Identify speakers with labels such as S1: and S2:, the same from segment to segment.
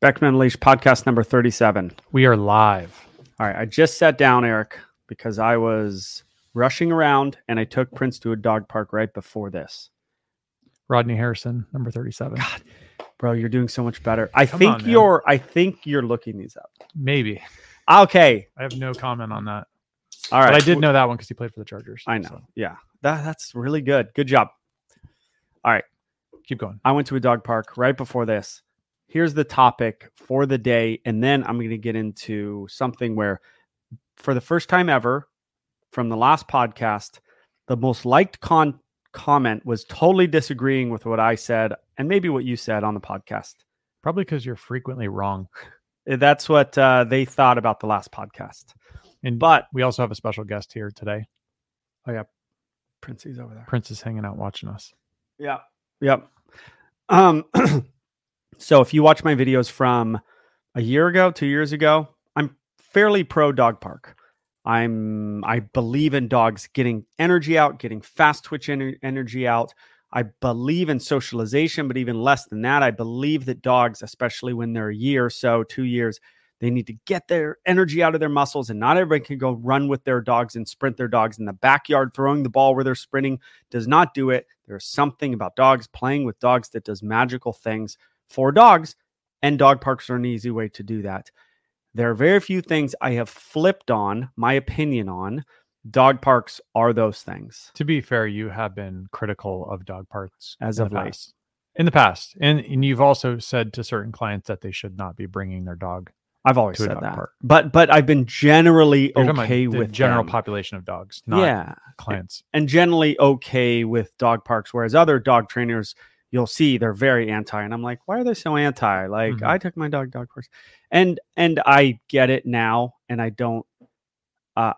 S1: Beckman Unleashed podcast number 37.
S2: We are live.
S1: All right. I just sat down, Eric, because I was rushing around and I took Prince to a dog park right before this.
S2: Rodney Harrison, number 37.
S1: Bro, you're doing so much better. I
S2: Come
S1: think
S2: on, man.
S1: you're I think you're looking these up.
S2: Maybe.
S1: Okay.
S2: I have no comment on that.
S1: All right.
S2: But I did know that one because he played for the Chargers.
S1: I know.
S2: so
S1: Yeah. That, that's really good. Good job.
S2: keep going.
S1: I went to a dog park right before this. Here's the topic for the day. And then I'm going to get into something where, for the first time ever from the last podcast, the most liked con- comment was totally disagreeing with what I said and maybe what you said on the podcast.
S2: Probably because you're frequently wrong.
S1: That's what uh, they thought about the last podcast.
S2: And
S1: But
S2: we also have a special guest here today. Oh yeah,
S1: Princey's over there.
S2: Prince is hanging out watching us.
S1: Yeah. Yep. Um so if you watch my videos from a year ago, 2 years ago, I'm fairly pro dog park. I'm I believe in dogs getting energy out, getting fast twitch ener- energy out. I believe in socialization, but even less than that, I believe that dogs, especially when they're a year or so, 2 years, they need to get their energy out of their muscles and not everybody can go run with their dogs and sprint their dogs in the backyard throwing the ball where they're sprinting does not do it. There's something about dogs playing with dogs that does magical things for dogs, and dog parks are an easy way to do that. There are very few things I have flipped on my opinion on. Dog parks are those things.
S2: To be fair, you have been critical of dog parks
S1: As
S2: in
S1: of
S2: the
S1: late.
S2: past. In the past. And and you've also said to certain clients that they should not be bringing their dog.
S1: I've always
S2: To a
S1: said
S2: dog
S1: that,
S2: park.
S1: but but I've been generally
S2: You're talking about
S1: okay
S2: the
S1: with
S2: general
S1: them.
S2: population of dogs, not
S1: yeah,
S2: clients.
S1: and generally okay with dog parks. Whereas other dog trainers, you'll see they're very anti, and I'm like, why are they so anti? Like
S2: Mhm.
S1: I took my dog dog parks, and and I get it now, and I don't. Uh,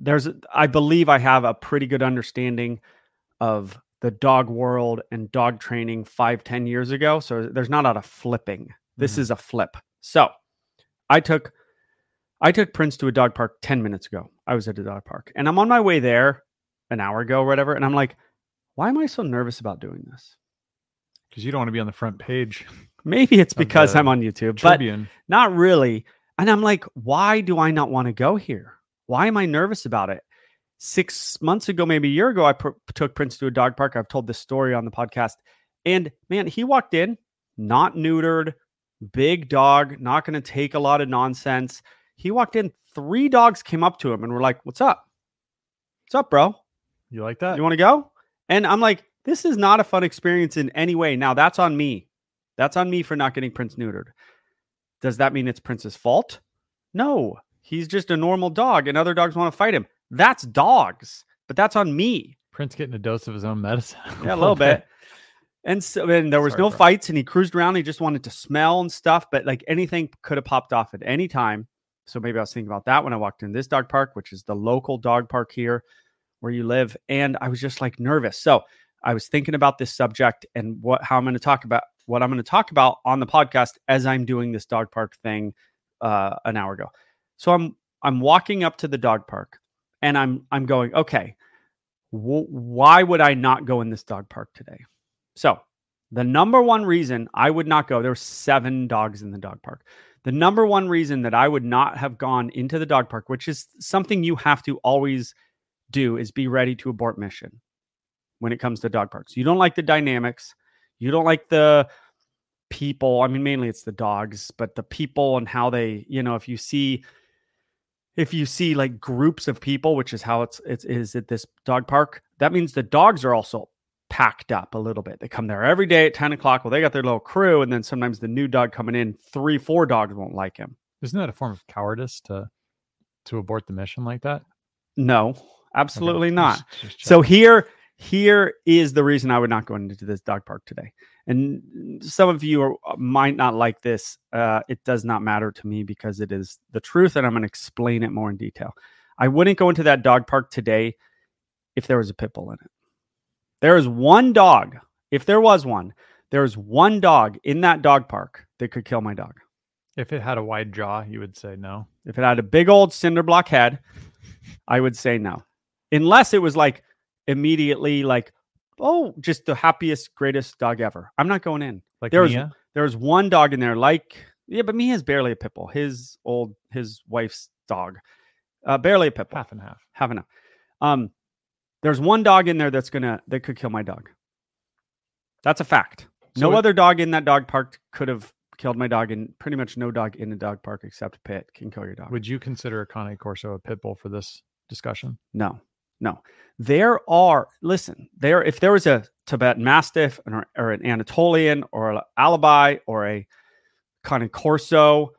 S1: there's I believe I have a pretty good understanding of the dog world and dog training five ten years ago. So there's not a lot of flipping. This
S2: Mhm.
S1: is a flip. So I took I took Prince to a dog park 10 minutes ago. I was at a dog park and I'm on my way there an hour ago or whatever. And I'm like, why am I so nervous about doing this?
S2: Because you don't want to be on the front page.
S1: Maybe it's
S2: Of
S1: because
S2: the
S1: I'm on YouTube, but
S2: Tribune.
S1: not really. And I'm like, why do I not want to go here? Why am I nervous about it? Six months ago, maybe a year ago, I pr- took Prince to a dog park. I've told this story on the podcast. And man, he walked in, not neutered, big dog, not going to take a lot of nonsense. He walked in, three dogs came up to him and were like, What's up? What's up, bro?
S2: You like that?
S1: Uh, You want to go? And I'm like, this is not a fun experience in any way. Now that's on me. That's on me for not getting Prince neutered. Does that mean it's Prince's fault? No, he's just a normal dog and other dogs want to fight him. That's dogs, but that's on me.
S2: Prince getting a dose of his own medicine.
S1: Yeah, a little bit. And so and there was
S2: Sorry,
S1: no
S2: bro.
S1: fights and he cruised around. He just wanted to smell and stuff, but like anything could have popped off at any time. So maybe I was thinking about that when I walked in this dog park, which is the local dog park here where you live. And I was just like nervous. So I was thinking about this subject and what how I'm going to talk about what I'm going to talk about on the podcast as I'm doing this dog park thing uh, an hour ago. So I'm I'm walking up to the dog park and I'm I'm going, okay, wh- why would I not go in this dog park today? So the number one reason I would not go, there were seven dogs in the dog park. The number one reason that I would not have gone into the dog park, which is something you have to always do, is be ready to abort mission when it comes to dog parks. You don't like the dynamics, you don't like the people. I mean, mainly it's the dogs, but the people and how they, you know, if you see if you see like groups of people, which is how it's it is at this dog park, that means the dogs are also packed up a little bit. They come there every day at 10 o'clock. Well, they got their little crew, and then sometimes the new dog coming in, three, four dogs won't like him.
S2: Isn't that a form of cowardice to to abort the mission like that? Okay,
S1: No, absolutely
S2: just-
S1: not.
S2: just check.
S1: So here, here is the reason I would not go into this dog park today. And some of you are, uh, might not like this. Uh, it does not matter to me because it is the truth, and I'm going to explain it more in detail. I wouldn't go into that dog park today if there was a pit bull in it. There is one dog. If there was one, there is one dog in that dog park that could kill my dog.
S2: if it had a wide jaw, you would say no.
S1: If it had a big old cinder block head, I would say no. Unless it was like immediately like, oh, just the happiest, greatest dog ever. I'm not going in.
S2: Like
S1: There was-
S2: Mia,
S1: There was one dog in there, like yeah, but Mia's barely a pit bull. His old his wife's dog, uh, barely a pit bull.
S2: half and half.
S1: Have enough. Um, there's one dog in there that's gonna that could kill my dog. That's a fact. no
S2: So it-
S1: other dog in that dog park could have killed my dog, and pretty much no dog in the dog park except Pit can kill your dog.
S2: Would you consider a Connie Corso a pit bull for this discussion?
S1: No, no. There are, listen, there, if there was a Tibetan Mastiff or, or an Anatolian or an Alibi or a Cane Corso,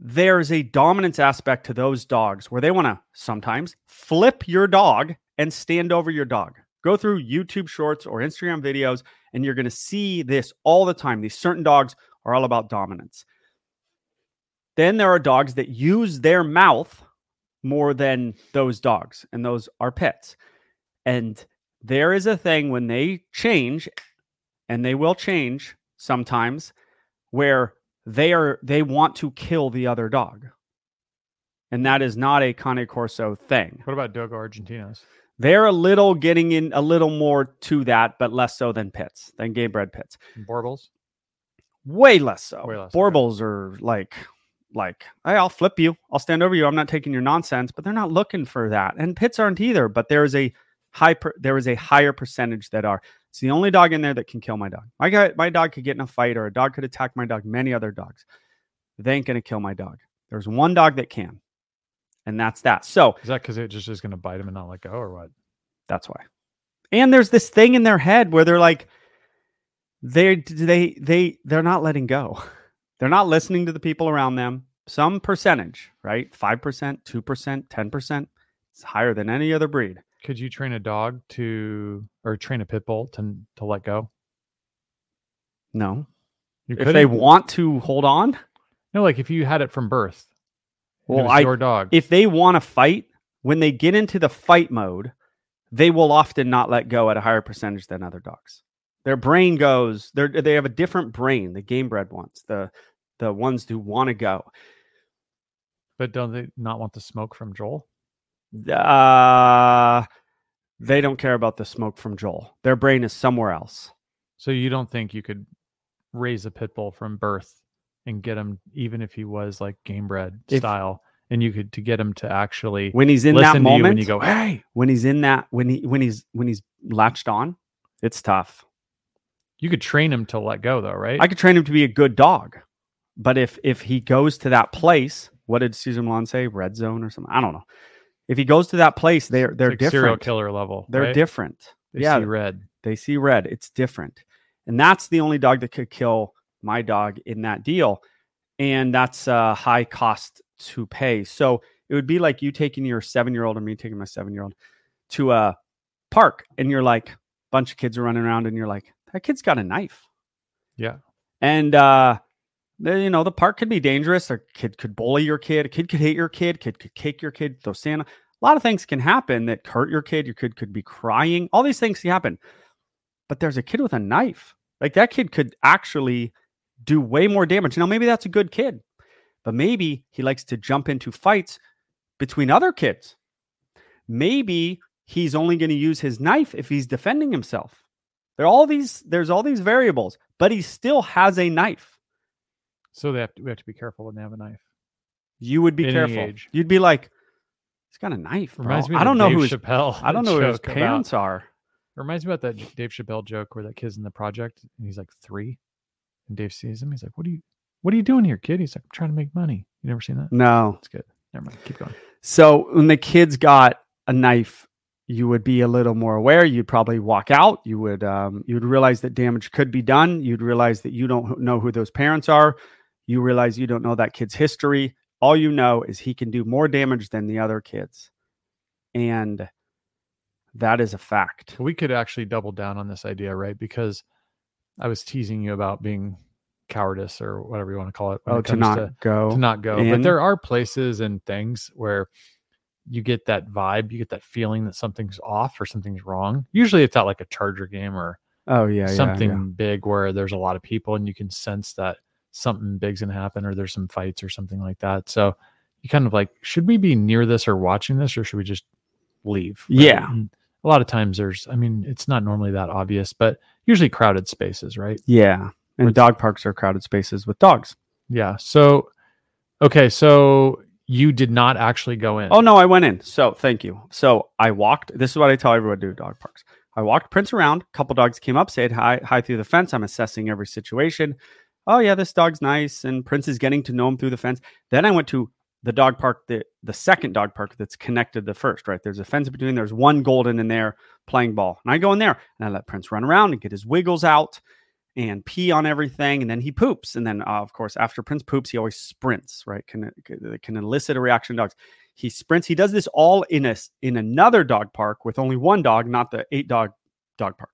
S1: there is a dominance aspect to those dogs where they want to sometimes flip your dog and stand over your dog. Go through YouTube shorts or Instagram videos, and you're going to see this all the time. These certain dogs are all about dominance. Then there are dogs that use their mouth more than those dogs, and those are pets. And there is a thing when they change, and they will change sometimes, where they are they want to kill the other dog, and that is not a Cane Corso thing.
S2: What about Dogo Argentinos?
S1: They're a little getting in a little more to that, but less so than pits than gay bred pits.
S2: Borbles?
S1: Way less so.
S2: Way less, okay.
S1: Borbles are like, like, hey, I'll flip you. I'll stand over you. I'm not taking your nonsense. But they're not looking for that, and pits aren't either. But there is a high, per, there is a higher percentage that are. It's the only dog in there that can kill my dog. My guy, my dog could get in a fight, or a dog could attack my dog. Many other dogs, they ain't gonna kill my dog. There's one dog that can, and that's that. So
S2: Is that because it just is going to bite him and not let go, or what?
S1: That's why. And there's this thing in their head where they're like, they they they they're not letting go. They're not listening to the people around them. Some percentage, right? Five percent, two percent, ten percent. It's higher than any other breed.
S2: Could you train a dog to, or train a pit bull to to let go?
S1: No,
S2: You
S1: if they
S2: couldn't?
S1: want to hold on,
S2: no, like if you had it from birth. and it
S1: Well,
S2: was
S1: I-
S2: your dog.
S1: if they want to fight, when they get into the fight mode, they will often not let go at a higher percentage than other dogs. Their brain goes, they they have a different brain, the game bred ones, the the ones who want to go.
S2: but don't they not want the smoke from Joel?
S1: Uh, they don't care about the smoke from Joel. Their brain is somewhere else.
S2: So you don't think you could raise a pit bull from birth and get him, even if he was like game bred
S1: If-
S2: style, and you could to get him to actually
S1: When he's in
S2: listen
S1: that
S2: to
S1: moment,
S2: you and you go, hey,
S1: when he's in that, when he when he's when he's latched on, it's tough.
S2: you could train him to let go though, right?
S1: I could train him to be a good dog, but if if he goes to that place, what did Susan Milan say? Red zone or something? I don't know. If he goes to that place, they're they're
S2: Like serial
S1: different.
S2: killer level.
S1: They're
S2: right?
S1: different.
S2: They
S1: yeah,
S2: see red.
S1: they see red it's different and that's the only dog that could kill my dog in that deal and that's a high cost to pay so it would be like you taking your seven year old or me taking my seven year old to a park and you're like bunch of kids are running around and you're like that kid's got a knife
S2: Yeah.
S1: and uh the- you know the park could be dangerous a kid could bully your kid a kid could hit your kid kid could kick your kid throw sand a lot of things can happen that hurt your kid your kid could be crying all these things can happen but there's a kid with a knife like that kid could actually do way more damage now maybe that's a good kid but maybe he likes to jump into fights between other kids maybe he's only going to use his knife if he's defending himself there are all these there's all these variables but he still has a knife
S2: So they have to, we have to be careful when they have a knife.
S1: you would be
S2: Any
S1: careful
S2: age.
S1: you'd be like he's got a knife bro.
S2: Reminds me.
S1: i
S2: of the
S1: don't know
S2: Dave
S1: who his
S2: Chappelle.
S1: i don't know who his
S2: joke about-
S1: parents are
S2: Reminds me about that J- Dave Chappelle joke where that kid's in the project and he's like three, and Dave sees him. He's like, "What are you? What are you doing here, kid?" He's like, "I'm trying to make money." You never seen that?
S1: no
S2: That's good. Never mind. Keep going.
S1: so when the kids got a knife you would be a little more aware you'd probably walk out you would um, you'd realize that damage could be done you'd realize that you don't know who those parents are you realize you don't know that kid's history all you know is he can do more damage than the other kids and that is a fact
S2: We could actually double down on this idea, right? Because I was teasing you about being cowardice or whatever you want to call it. when
S1: oh
S2: it
S1: to
S2: comes
S1: not
S2: to,
S1: go
S2: to not go. But
S1: in.
S2: there are places and things where you get that vibe, you get that feeling that something's off or something's wrong. Usually it's at like a charger game or
S1: oh yeah yeah,
S2: something
S1: yeah.
S2: big where there's a lot of people and you can sense that something big's gonna happen or there's some fights or something like that. So you kind of like, should we be near this or watching this or should we just leave?
S1: Yeah.
S2: And a lot of times there's, I mean, it's not normally that obvious, but usually crowded spaces, right?
S1: Yeah, And dog parks are crowded spaces with dogs.
S2: Yeah. So, okay. So you did not actually go in.
S1: Oh no, I went in. So thank you. So I walked. This is what I tell everyone to do at dog parks. I walked Prince around. A couple dogs came up, said hi, hi through the fence. I'm assessing every situation. Oh yeah, this dog's nice, and Prince is getting to know him through the fence. Then I went to the dog park, the the second dog park that's connected to the first. Right there's a fence between. There's one golden in there playing ball, and I go in there and I let Prince run around and get his wiggles out and pee on everything, and then he poops. And then, uh, of course, after Prince poops, he always sprints. Right? Can can elicit a reaction in dogs. He sprints. He does this all in a in another dog park with only one dog, not the eight dog dog park.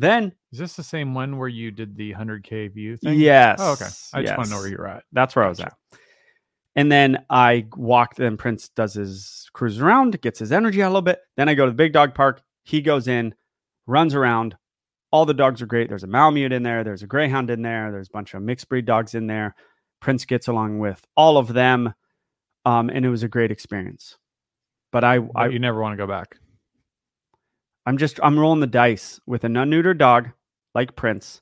S1: Then
S2: Is this the same one where you did the 100K view thing?
S1: yes,
S2: Oh, okay. I just want to know where
S1: yes.
S2: you're at.
S1: That's where I was at. And then I walked. Then Prince does his cruise around, gets his energy out a little bit. Then I go to the big dog park. He goes in, runs around. All the dogs are great. There's a Malamute in there. There's a Greyhound in there. There's a bunch of mixed breed dogs in there. Prince gets along with all of them, um, and it was a great experience. But I,
S2: But
S1: I
S2: you never want to go back.
S1: I'm just I'm rolling the dice with an unneutered dog like Prince.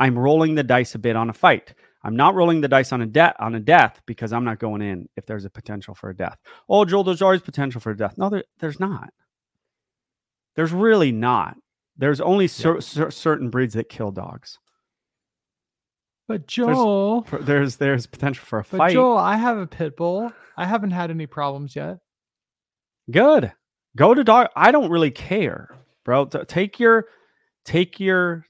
S1: I'm rolling the dice a bit on a fight. I'm not rolling the dice on a death on a death because I'm not going in if there's a potential for a death. Oh, Joel, there's always potential for a death. No, there, there's not. There's really not. There's only cer- cer- certain breeds that kill dogs.
S2: But
S1: Joel- For- There's there's potential for a fight.
S2: I have a pit bull. I haven't had any problems yet.
S1: Good. Go to dog. I don't really care, bro. T- take your take your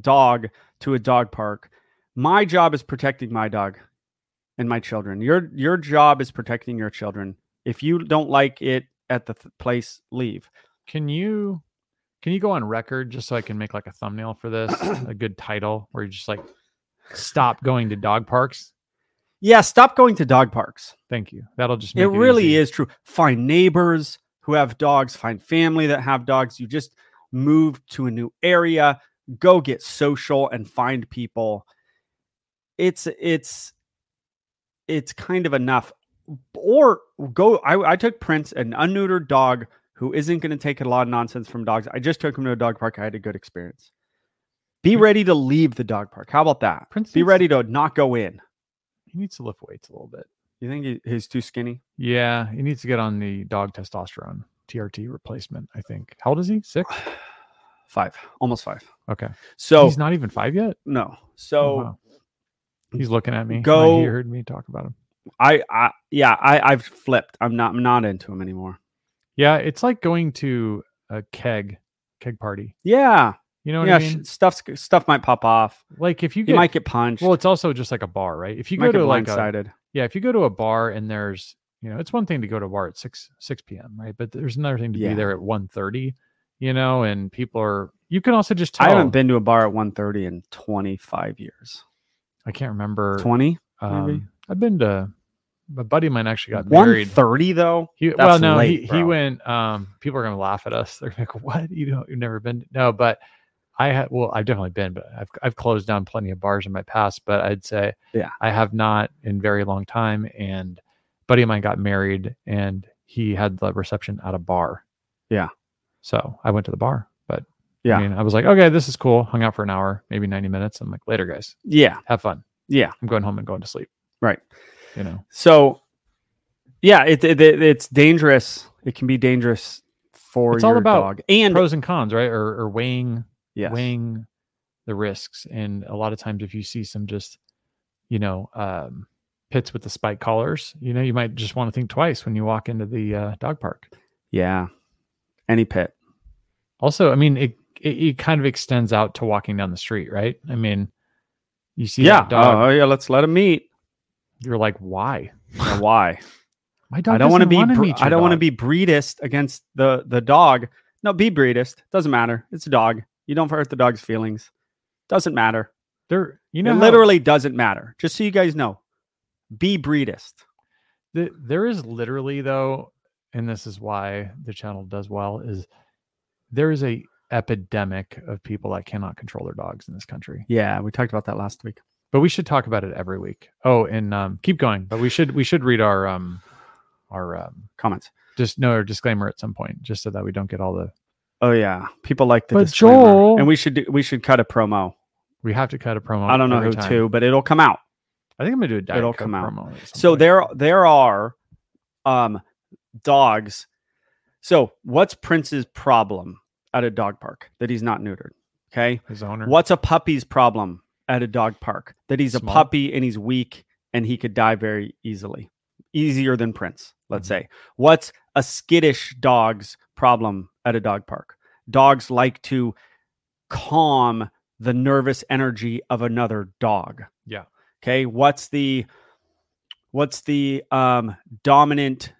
S1: dog to a dog park. My job is protecting my dog and my children. Your your job is protecting your children. If you don't like it at the th- place, leave.
S2: Can you can you go on record just so I can make like a thumbnail for this, a good title where you just like stop going to dog parks?
S1: Yeah, stop going to dog parks.
S2: Thank you. That'll just make
S1: It
S2: it,
S1: really
S2: easy.
S1: is true. Find neighbors who have dogs, find family that have dogs. You just move to a new area, go get social and find people. It's it's it's kind of enough. Or go I, I took Prince, an unneutered dog who isn't going to take a lot of nonsense from dogs. I just took him to a dog park. I had a good experience.
S2: Hmm.
S1: Be ready to leave the dog park. How about that?
S2: Prince
S1: Be
S2: needs-
S1: ready to not go in.
S2: He needs to lift weights a little bit.
S1: You think he, he's too skinny?
S2: Yeah, he needs to get on the dog testosterone TRT replacement. I think. How old is he? Six.
S1: Five, almost five.
S2: Okay.
S1: So
S2: he's not even five yet.
S1: No.
S2: Oh,
S1: So
S2: wow. he's looking at me.
S1: go-
S2: He heard me talk about him.
S1: I, I, yeah, I, I've flipped. I'm not, I'm not into him anymore.
S2: Yeah, it's like going to a keg keg party.
S1: Yeah,
S2: You know what
S1: yeah.
S2: I
S1: sh-
S2: mean?
S1: stuff, stuff might pop off.
S2: Like if you
S1: You
S2: get
S1: might get punched.
S2: well, it's also just like a bar, right? If you
S1: you might
S2: go
S1: get
S2: to like a,
S1: blindsided.
S2: yeah, if you go to a bar and there's you know, it's one thing to go to a bar at six six p.m. right, but there's another thing to
S1: Yeah.
S2: be there at 1.30, You know, and people are. You can also just tell.
S1: I haven't been to a bar at 1:30 in 25 years.
S2: I can't remember.
S1: 20. maybe.
S2: um, I've been to. A buddy of mine actually got married.
S1: 130 though.
S2: He,
S1: That's
S2: well, no,
S1: late,
S2: he, he
S1: bro.
S2: went. Um, people are gonna laugh at us. They're like, "What? You don't? You've never been?" to-" No, but I had. Well, I've definitely been, but I've I've closed down plenty of bars in my past. But I'd say,
S1: Yeah.
S2: I have not in very long time. And a buddy of mine got married, and he had the reception at a bar.
S1: Yeah.
S2: So I went to the bar, but
S1: Yeah.
S2: I mean, I was like, okay, this is cool. Hung out for an hour, maybe ninety minutes. I'm like, later, guys,
S1: Yeah,
S2: have fun.
S1: yeah.
S2: I'm going home and going to sleep.
S1: Right.
S2: You know.
S1: So, yeah, it, it, it- it's dangerous. It can be dangerous for
S2: It's all
S1: your
S2: about
S1: dog. And
S2: pros and cons, right? Or, or weighing
S1: yes,
S2: weighing the risks. And a lot of times, if you see some just, you know, um, pits with the spike collars, you know, you might just want to think twice when you walk into the uh, dog park.
S1: yeah, any pit.
S2: Also, I mean, it, it it kind of extends out to walking down the street, right? I mean, you see
S1: yeah.
S2: that dog,
S1: Oh yeah. Let's let him meet.
S2: you're like, why?
S1: Now, why?
S2: My dog.
S1: I don't want to be.
S2: want
S1: bre-
S2: meet your
S1: I don't want to
S2: dog."
S1: be breedist against the the dog. No, be breedist. Doesn't matter. It's a dog. You don't hurt the dog's feelings. Doesn't matter.
S2: There, you know,
S1: it
S2: how-
S1: literally doesn't matter. Just so you guys know, be breedist.
S2: The, there is literally though, and this is why the channel does well is there is a epidemic of people that cannot control their dogs in this country.
S1: Yeah, we talked about that last week.
S2: But we should talk about it every week. Oh, and um, keep going. But we should we should read our um our um
S1: Comments.
S2: just no our disclaimer at some point, just so that we don't get all the
S1: Oh yeah, people like the
S2: But
S1: disclaimer.
S2: Joel-
S1: and we should do, we should cut a promo
S2: We have to cut a promo.
S1: I don't know
S2: Oh, every
S1: who
S2: time.
S1: to, but it'll come out.
S2: I think I'm gonna do a diet
S1: It'll
S2: Coke
S1: come out.
S2: promo. at some
S1: So
S2: point.
S1: there there are um dogs. So what's Prince's problem at a dog park that he's not neutered? Okay.
S2: his owner.
S1: What's a puppy's problem at a dog park? That he's
S2: Small.
S1: a puppy and he's weak and he could die very easily. Easier than Prince, let's
S2: Mhm.
S1: say. What's a skittish dog's problem at a dog park? Dogs like to calm the nervous energy of another dog.
S2: Yeah.
S1: Okay. What's the what's the um dominant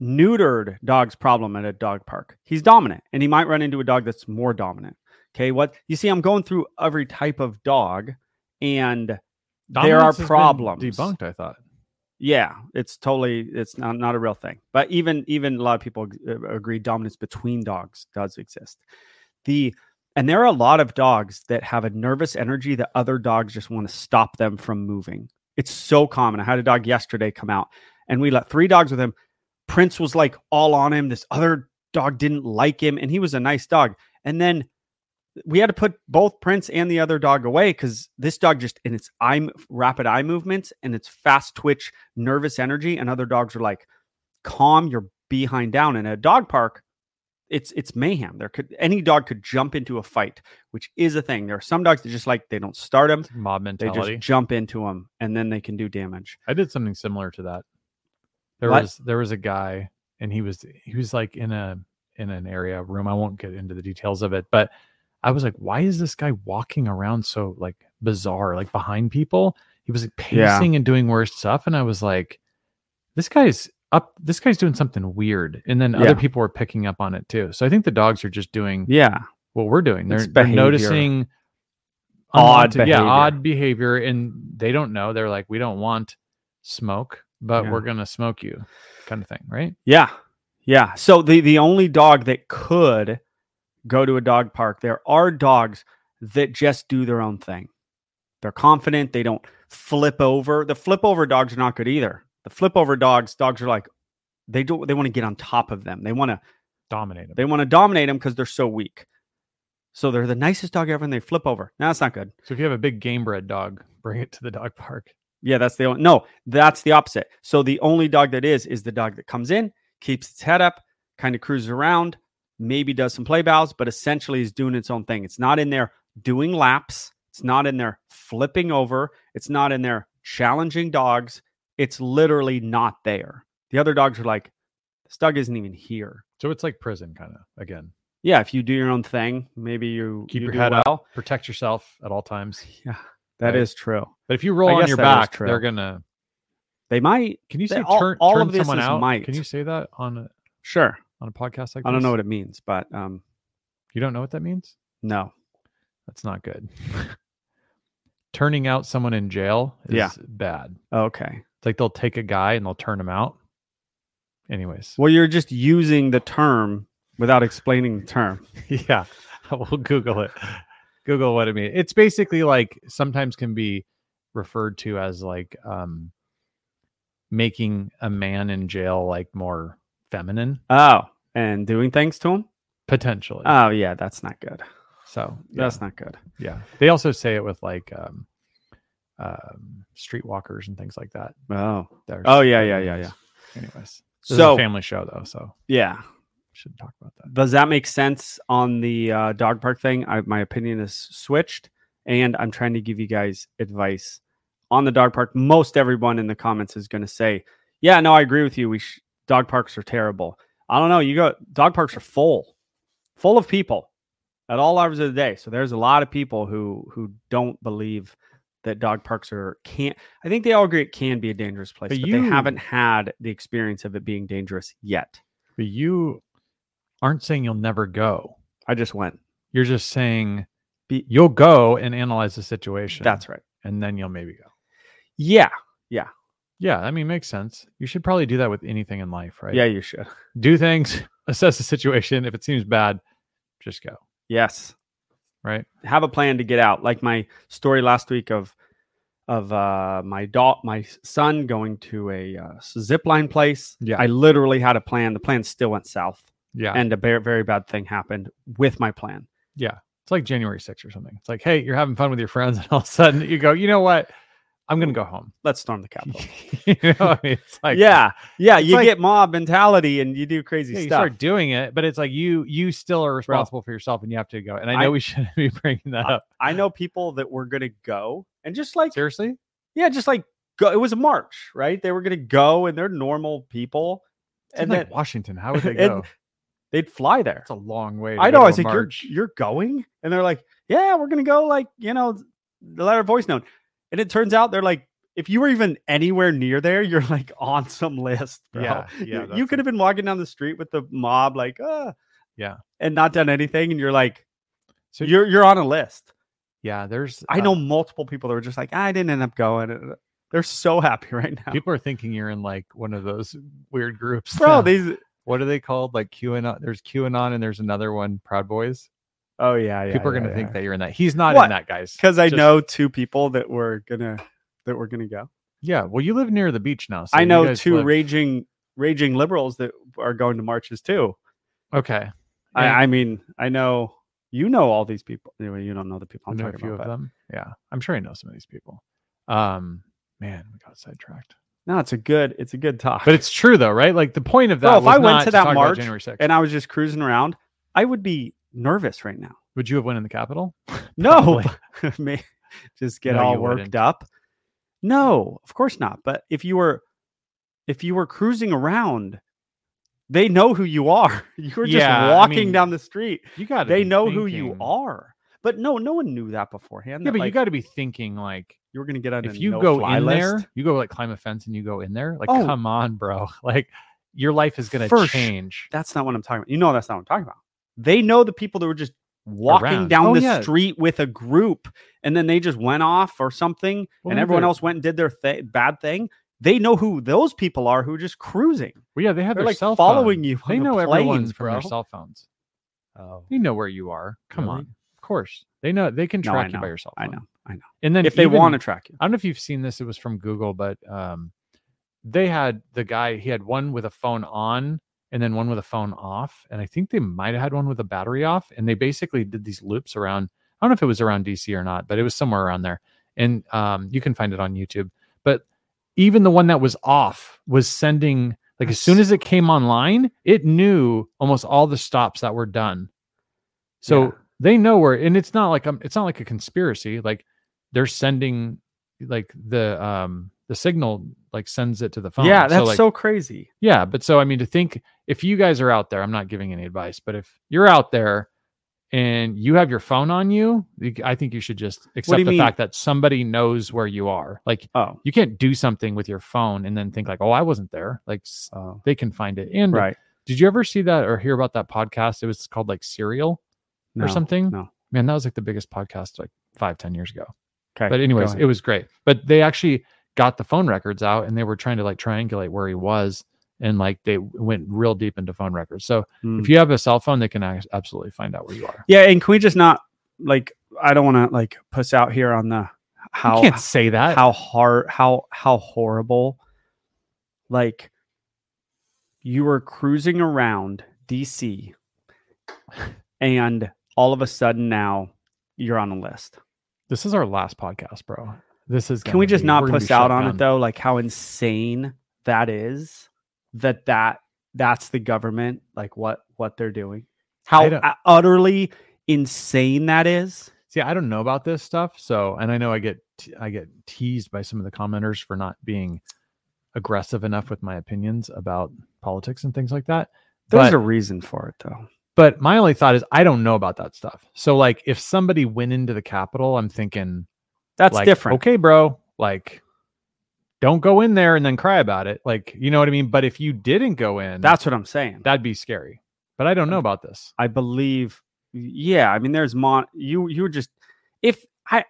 S1: neutered dog's problem at a dog park? He's dominant and he might run into a dog that's more dominant. Okay, what you see, I'm going through every type of dog, and there are
S2: Dominance has been
S1: problems.
S2: Debunked. I thought.
S1: yeah, it's totally it's not, not a real thing. But even even a lot of people uh, agree dominance between dogs does exist. The and there are a lot of dogs that have a nervous energy that other dogs just want to stop them from moving. It's so common. I had a dog yesterday come out, and we let three dogs with him. Prince was like all on him. This other dog didn't like him, and he was a nice dog. And then we had to put both Prince and the other dog away because this dog just in its eye m- rapid eye movements and its fast twitch nervous energy, and other dogs are like, "Calm your behind down." And at a dog park, it's it's mayhem. There could any dog could jump into a fight, which is a thing. There are some dogs that just like they don't start them;
S2: It's Mob
S1: they
S2: mentality.
S1: just jump into them, and then they can do damage.
S2: I did something similar to that. There
S1: What?
S2: was there was a guy and he was he was like in a in an area room. I won't get into the details of it, but I was like, why is this guy walking around so like bizarre, like behind people? He was like
S1: Yeah.
S2: pacing and doing weird stuff, and I was like, this guy's up. This guy's doing something weird, and then
S1: Yeah.
S2: other people were picking up on it too. So I think the dogs are just doing
S1: Yeah,
S2: what we're doing. They're,
S1: It's
S2: they're
S1: behavior.
S2: noticing
S1: Odd
S2: unwanted- yeah,
S1: behavior.
S2: odd behavior, and they don't know. They're like, we don't want smoke, but
S1: Yeah.
S2: we're gonna smoke you, kind of thing, right?
S1: Yeah. Yeah. So the the only dog that could go to a dog park, there are dogs that just do their own thing. They're confident, they don't flip over. The flip over dogs are not good either. The flip over dogs, dogs are like they don't they want to get on top of them. They want to
S2: Dominate them.
S1: they want to dominate them because they're so weak. So they're the nicest dog ever and they flip over. No, that's not good.
S2: So if you have a big game bred dog, bring it to the dog park.
S1: Yeah, that's the only. No, that's the opposite. So the only dog that is is the dog that comes in, keeps its head up, kind of cruises around, maybe does some play bows, but essentially is doing its own thing. It's not in there doing laps. It's not in there flipping over. It's not in there challenging dogs. It's literally not there. The other dogs are like, this dog isn't even here.
S2: So it's like prison, kind of again.
S1: Yeah, if you do your own thing, maybe you
S2: Keep
S1: you
S2: your
S1: do
S2: head
S1: well.
S2: up. Protect yourself at all times.
S1: Yeah, that is
S2: Right.
S1: true.
S2: But if you roll
S1: I
S2: on
S1: guess
S2: your
S1: that is
S2: back,
S1: true.
S2: they're gonna.
S1: They might.
S2: Can you
S1: They-
S2: say
S1: all-
S2: turn
S1: all
S2: turn
S1: of this
S2: someone
S1: is
S2: out?
S1: might.
S2: Can you say that on a,
S1: Sure.
S2: on a podcast like
S1: I don't know
S2: this?
S1: what it means, but um,
S2: You don't know what that means.
S1: no.
S2: That's not good. Turning out someone in jail is
S1: Yeah.
S2: bad.
S1: Okay.
S2: It's like they'll take a guy and they'll turn him out. Anyways,
S1: Well, you're just using the term without explaining the term.
S2: yeah, we'll Google it. Google what it means. It's basically like sometimes can be referred to as like um making a man in jail like more feminine
S1: Oh, and doing things to him?
S2: potentially.
S1: Oh, yeah, that's not good.
S2: so
S1: That's not good.
S2: yeah. They also say it with like um um streetwalkers and things like that.
S1: Oh,
S2: There's-
S1: Oh, yeah, yeah, yeah, yeah.
S2: Anyways, this is a
S1: so
S2: family show though, so
S1: yeah.
S2: should talk about that.
S1: Does that make sense on the uh, dog park thing? I, my opinion is switched, and I'm trying to give you guys advice on the dog park. Most everyone in the comments is going to say, "Yeah, no, I agree with you. We sh- dog parks are terrible." I don't know. You go dog parks are full, full of people at all hours of the day. So there's a lot of people who who don't believe that dog parks are can't. I think they all agree it can be a dangerous place,
S2: But
S1: but
S2: you-
S1: they haven't had the experience of it being dangerous yet.
S2: But you aren't saying you'll never go.
S1: I just went.
S2: You're just saying
S1: Be-
S2: you'll go and analyze the situation.
S1: That's right.
S2: and then you'll maybe go.
S1: Yeah.
S2: Yeah, I mean, makes sense. You should probably do that with anything in life, right?
S1: Yeah, you should.
S2: Do things, assess the situation. If it seems bad, just go.
S1: Yes.
S2: Right?
S1: Have a plan to get out. Like my story last week of of uh my dog my s- son going to a uh, s- zip line place.
S2: Yeah.
S1: I literally had a plan. The plan still went south
S2: Yeah.
S1: and a very very bad thing happened with my plan.
S2: Yeah. It's like January 6th or something. It's like, hey, you're having fun with your friends, and all of a sudden you go, you know what? I'm gonna go home.
S1: Let's storm the Capitol.
S2: you know, what I mean, it's like
S1: yeah, yeah.
S2: It's
S1: You
S2: like-
S1: get mob mentality and you do crazy
S2: yeah, you
S1: stuff.
S2: start doing it, but it's like you you still are responsible for yourself, and you have to go. And I know
S1: I-
S2: we shouldn't be bringing that
S1: I-
S2: up.
S1: I know people that were gonna go and just like
S2: Seriously,
S1: yeah, just like go. It was a march, right? They were gonna go and they're normal people,
S2: it's in
S1: and
S2: like
S1: then
S2: Washington, how would they
S1: and
S2: go?
S1: they'd fly there.
S2: It's a long way. To
S1: I know.
S2: go to
S1: I
S2: a
S1: was like, you're,
S2: march.
S1: you're going? And they're like, yeah, we're going to go, like, you know, let our voice known. And it turns out they're like, if you were even anywhere near there, you're like on some list. Bro.
S2: Yeah, yeah,
S1: You- You,
S2: that's
S1: could
S2: it.
S1: have been walking down the street with the mob, like, uh,
S2: Yeah.
S1: and not done anything. And you're like,
S2: So-
S1: you're, you're on a list.
S2: yeah. There's
S1: I
S2: uh,
S1: know multiple people that were just like, I didn't end up going. They're so happy right now.
S2: people are thinking you're in like one of those weird groups.
S1: Bro,
S2: now.
S1: these,
S2: what are they called? Like QAnon. There's QAnon, and there's another one, Proud Boys.
S1: oh, yeah. yeah
S2: people are gonna think that you're in that. He's not
S1: What?
S2: in that, guys.
S1: because I
S2: Just-
S1: know two people that were gonna, that were gonna go.
S2: Yeah. Well, you live near the beach now. So
S1: I
S2: you
S1: know
S2: guys
S1: two
S2: live-
S1: raging raging liberals that are going to marches too.
S2: Okay.
S1: I,
S2: Yeah.
S1: I mean, I know you know all these people. Anyway, you don't know the people
S2: i
S1: I'm
S2: know a
S1: talking
S2: few
S1: about.
S2: of
S1: but-
S2: them. Yeah, I'm sure I know some of these people. Um, man, we got sidetracked.
S1: No, it's a good it's a good talk.
S2: But it's true though, right? Like the point of that.
S1: Bro, if
S2: was
S1: I went
S2: not
S1: to that
S2: talk about
S1: march
S2: January 6th,
S1: and I was just cruising around, I would be nervous right now.
S2: would you have went in the Capitol?
S1: No, me just get
S2: No,
S1: all
S2: you
S1: worked
S2: wouldn't.
S1: up. No, of course not. But if you were if you were cruising around, they know who you are. You were just
S2: Yeah, I
S1: walking
S2: mean,
S1: down the street.
S2: You got.
S1: they know who you are. But no, no one knew that beforehand.
S2: Yeah,
S1: that,
S2: but you
S1: like,
S2: got to be thinking like
S1: you were going to get on.
S2: if
S1: a
S2: you go
S1: no-fly
S2: in
S1: list.
S2: there, you go like climb a fence and you go in there. Like,
S1: Oh.
S2: come on, bro. Like your life is gonna
S1: For sh-
S2: change.
S1: that's not what I'm talking about. You know, that's not what I'm talking about. They know the people that were just walking
S2: Around.
S1: down
S2: Oh,
S1: the
S2: yeah.
S1: street with a group, and then they just went off or something,
S2: Well,
S1: and
S2: they're
S1: everyone
S2: the-
S1: else went and did their th- bad thing. They know who those people are who are just cruising.
S2: Well, yeah, they have
S1: They're
S2: their
S1: like
S2: cell
S1: following
S2: phone.
S1: you.
S2: They
S1: on the
S2: know everyone
S1: planes,
S2: from their
S1: bro.
S2: cell phones.
S1: Oh,
S2: You know where you are. Come
S1: Really?
S2: on, of course. They know they can
S1: No,
S2: track
S1: I
S2: you by
S1: know.
S2: yourself.
S1: I know. I know.
S2: And then
S1: if they
S2: even-
S1: want to track you,
S2: I don't know if you've seen this. It was from Google, but um, they had the guy. He had one with a phone on, and then one with a phone off. And I think they might have had one with a battery off. And they basically did these loops around. I don't know if it was around DC or not, but it was somewhere around there. And um, you can find it on YouTube. But even the one that was off was sending like as soon
S1: That's-
S2: as it came online, it knew almost all the stops that were done. So
S1: Yeah.
S2: they know where, and it's not like um, it's not like a conspiracy. Like they're sending like the um the signal like sends it to the phone.
S1: yeah, that's so,
S2: like,
S1: crazy.
S2: yeah. But so I mean, to think if you guys are out there, I'm not giving any advice, but if you're out there and you have your phone on you, you I think you should just accept
S1: you
S2: the
S1: mean?
S2: fact that somebody knows where you are. Like
S1: Oh,
S2: you can't do something with your phone and then think like, oh, I wasn't there. Like s-
S1: oh,
S2: they can find it. And
S1: right.
S2: did you ever see that or hear about that podcast? It was called like Serial
S1: No,
S2: or something.
S1: no.
S2: man, that was like the biggest podcast like five, ten years ago.
S1: Okay.
S2: But
S1: go
S2: anyways,
S1: ahead.
S2: it was great. But they actually got the phone records out and they were trying to like triangulate where he was and like they went real deep into phone records. So
S1: Mm.
S2: if you have a cell phone, they can ac- absolutely find out where you are.
S1: Yeah, and can we just not like I don't want to like puss out here on the
S2: How,
S1: how
S2: you can't say that.
S1: how hard how how horrible like you were cruising around DC and all of a sudden now you're on a list.
S2: this is our last podcast, bro. This is
S1: Can we
S2: gonna
S1: just
S2: be-
S1: not
S2: we're gonna be
S1: puss out
S2: shut
S1: on
S2: down.
S1: it though like how insane that is that that that's the government like what what they're doing. How
S2: don't-
S1: uh, utterly insane that is.
S2: See, I don't know about this stuff, so and I know I get te- I get teased by some of the commenters for not being aggressive enough with my opinions about politics and things like that.
S1: There's
S2: But-
S1: a reason for it though.
S2: But my only thought is I don't know about that stuff. So like if somebody went into the Capitol, I'm thinking
S1: That's
S2: like,
S1: different.
S2: Okay, bro. Like don't go in there and then cry about it. Like, you know what I mean? But if you didn't go in,
S1: That's what I'm saying.
S2: that'd be scary. But I don't know about this.
S1: I believe. Yeah, I mean, there's mon. You you were just if I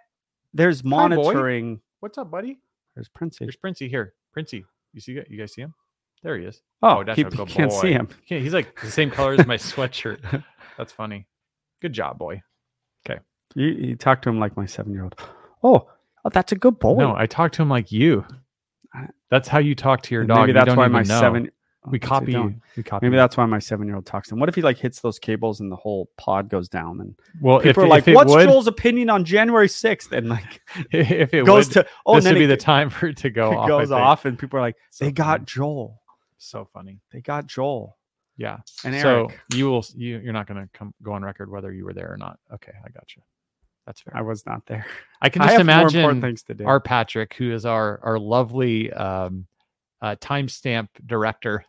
S1: there's
S2: Hi, boy.
S1: monitoring.
S2: What's up, buddy?
S1: There's Princey.
S2: There's Princey here. Princey. You see you guys see him? There he is.
S1: Oh,
S2: that's
S1: he- you
S2: a good
S1: can't see
S2: boy.
S1: him.
S2: Okay, he's like the same color as my sweatshirt. That's funny. Good job, boy.
S1: You, you talk to him like my seven year old. Oh, oh, that's a good boy.
S2: No, I talked to him like you.
S1: I-
S2: That's how you talk to your
S1: And
S2: dog.
S1: Maybe
S2: You
S1: that's
S2: don't
S1: why
S2: even
S1: my
S2: know.
S1: seven. Since
S2: We
S1: they
S2: copy.
S1: don't.
S2: We copy.
S1: Maybe that's why my seven year old talks to him. What if he like hits those cables and the whole pod goes down? And
S2: well. If,
S1: people are
S2: if
S1: like,
S2: it
S1: "What's
S2: would,
S1: Joel's opinion on January 6th? And like
S2: if it
S1: goes
S2: would,
S1: to oh, and
S2: this
S1: then
S2: would be
S1: it,
S2: the time for it to go
S1: it
S2: off. I
S1: goes
S2: think.
S1: off, and people are like,
S2: So
S1: "They got
S2: funny.
S1: Joel.
S2: so funny.
S1: They got Joel."
S2: Yeah.
S1: And
S2: so
S1: Eric,
S2: you will. You, you're not going to come go on record whether you were there or not. Okay, I got you. That's fair.
S1: I was not there.
S2: I can
S1: I
S2: just
S1: have more important
S2: imagine
S1: things to do.
S2: our Patrick, who is our our lovely um, uh, timestamp director,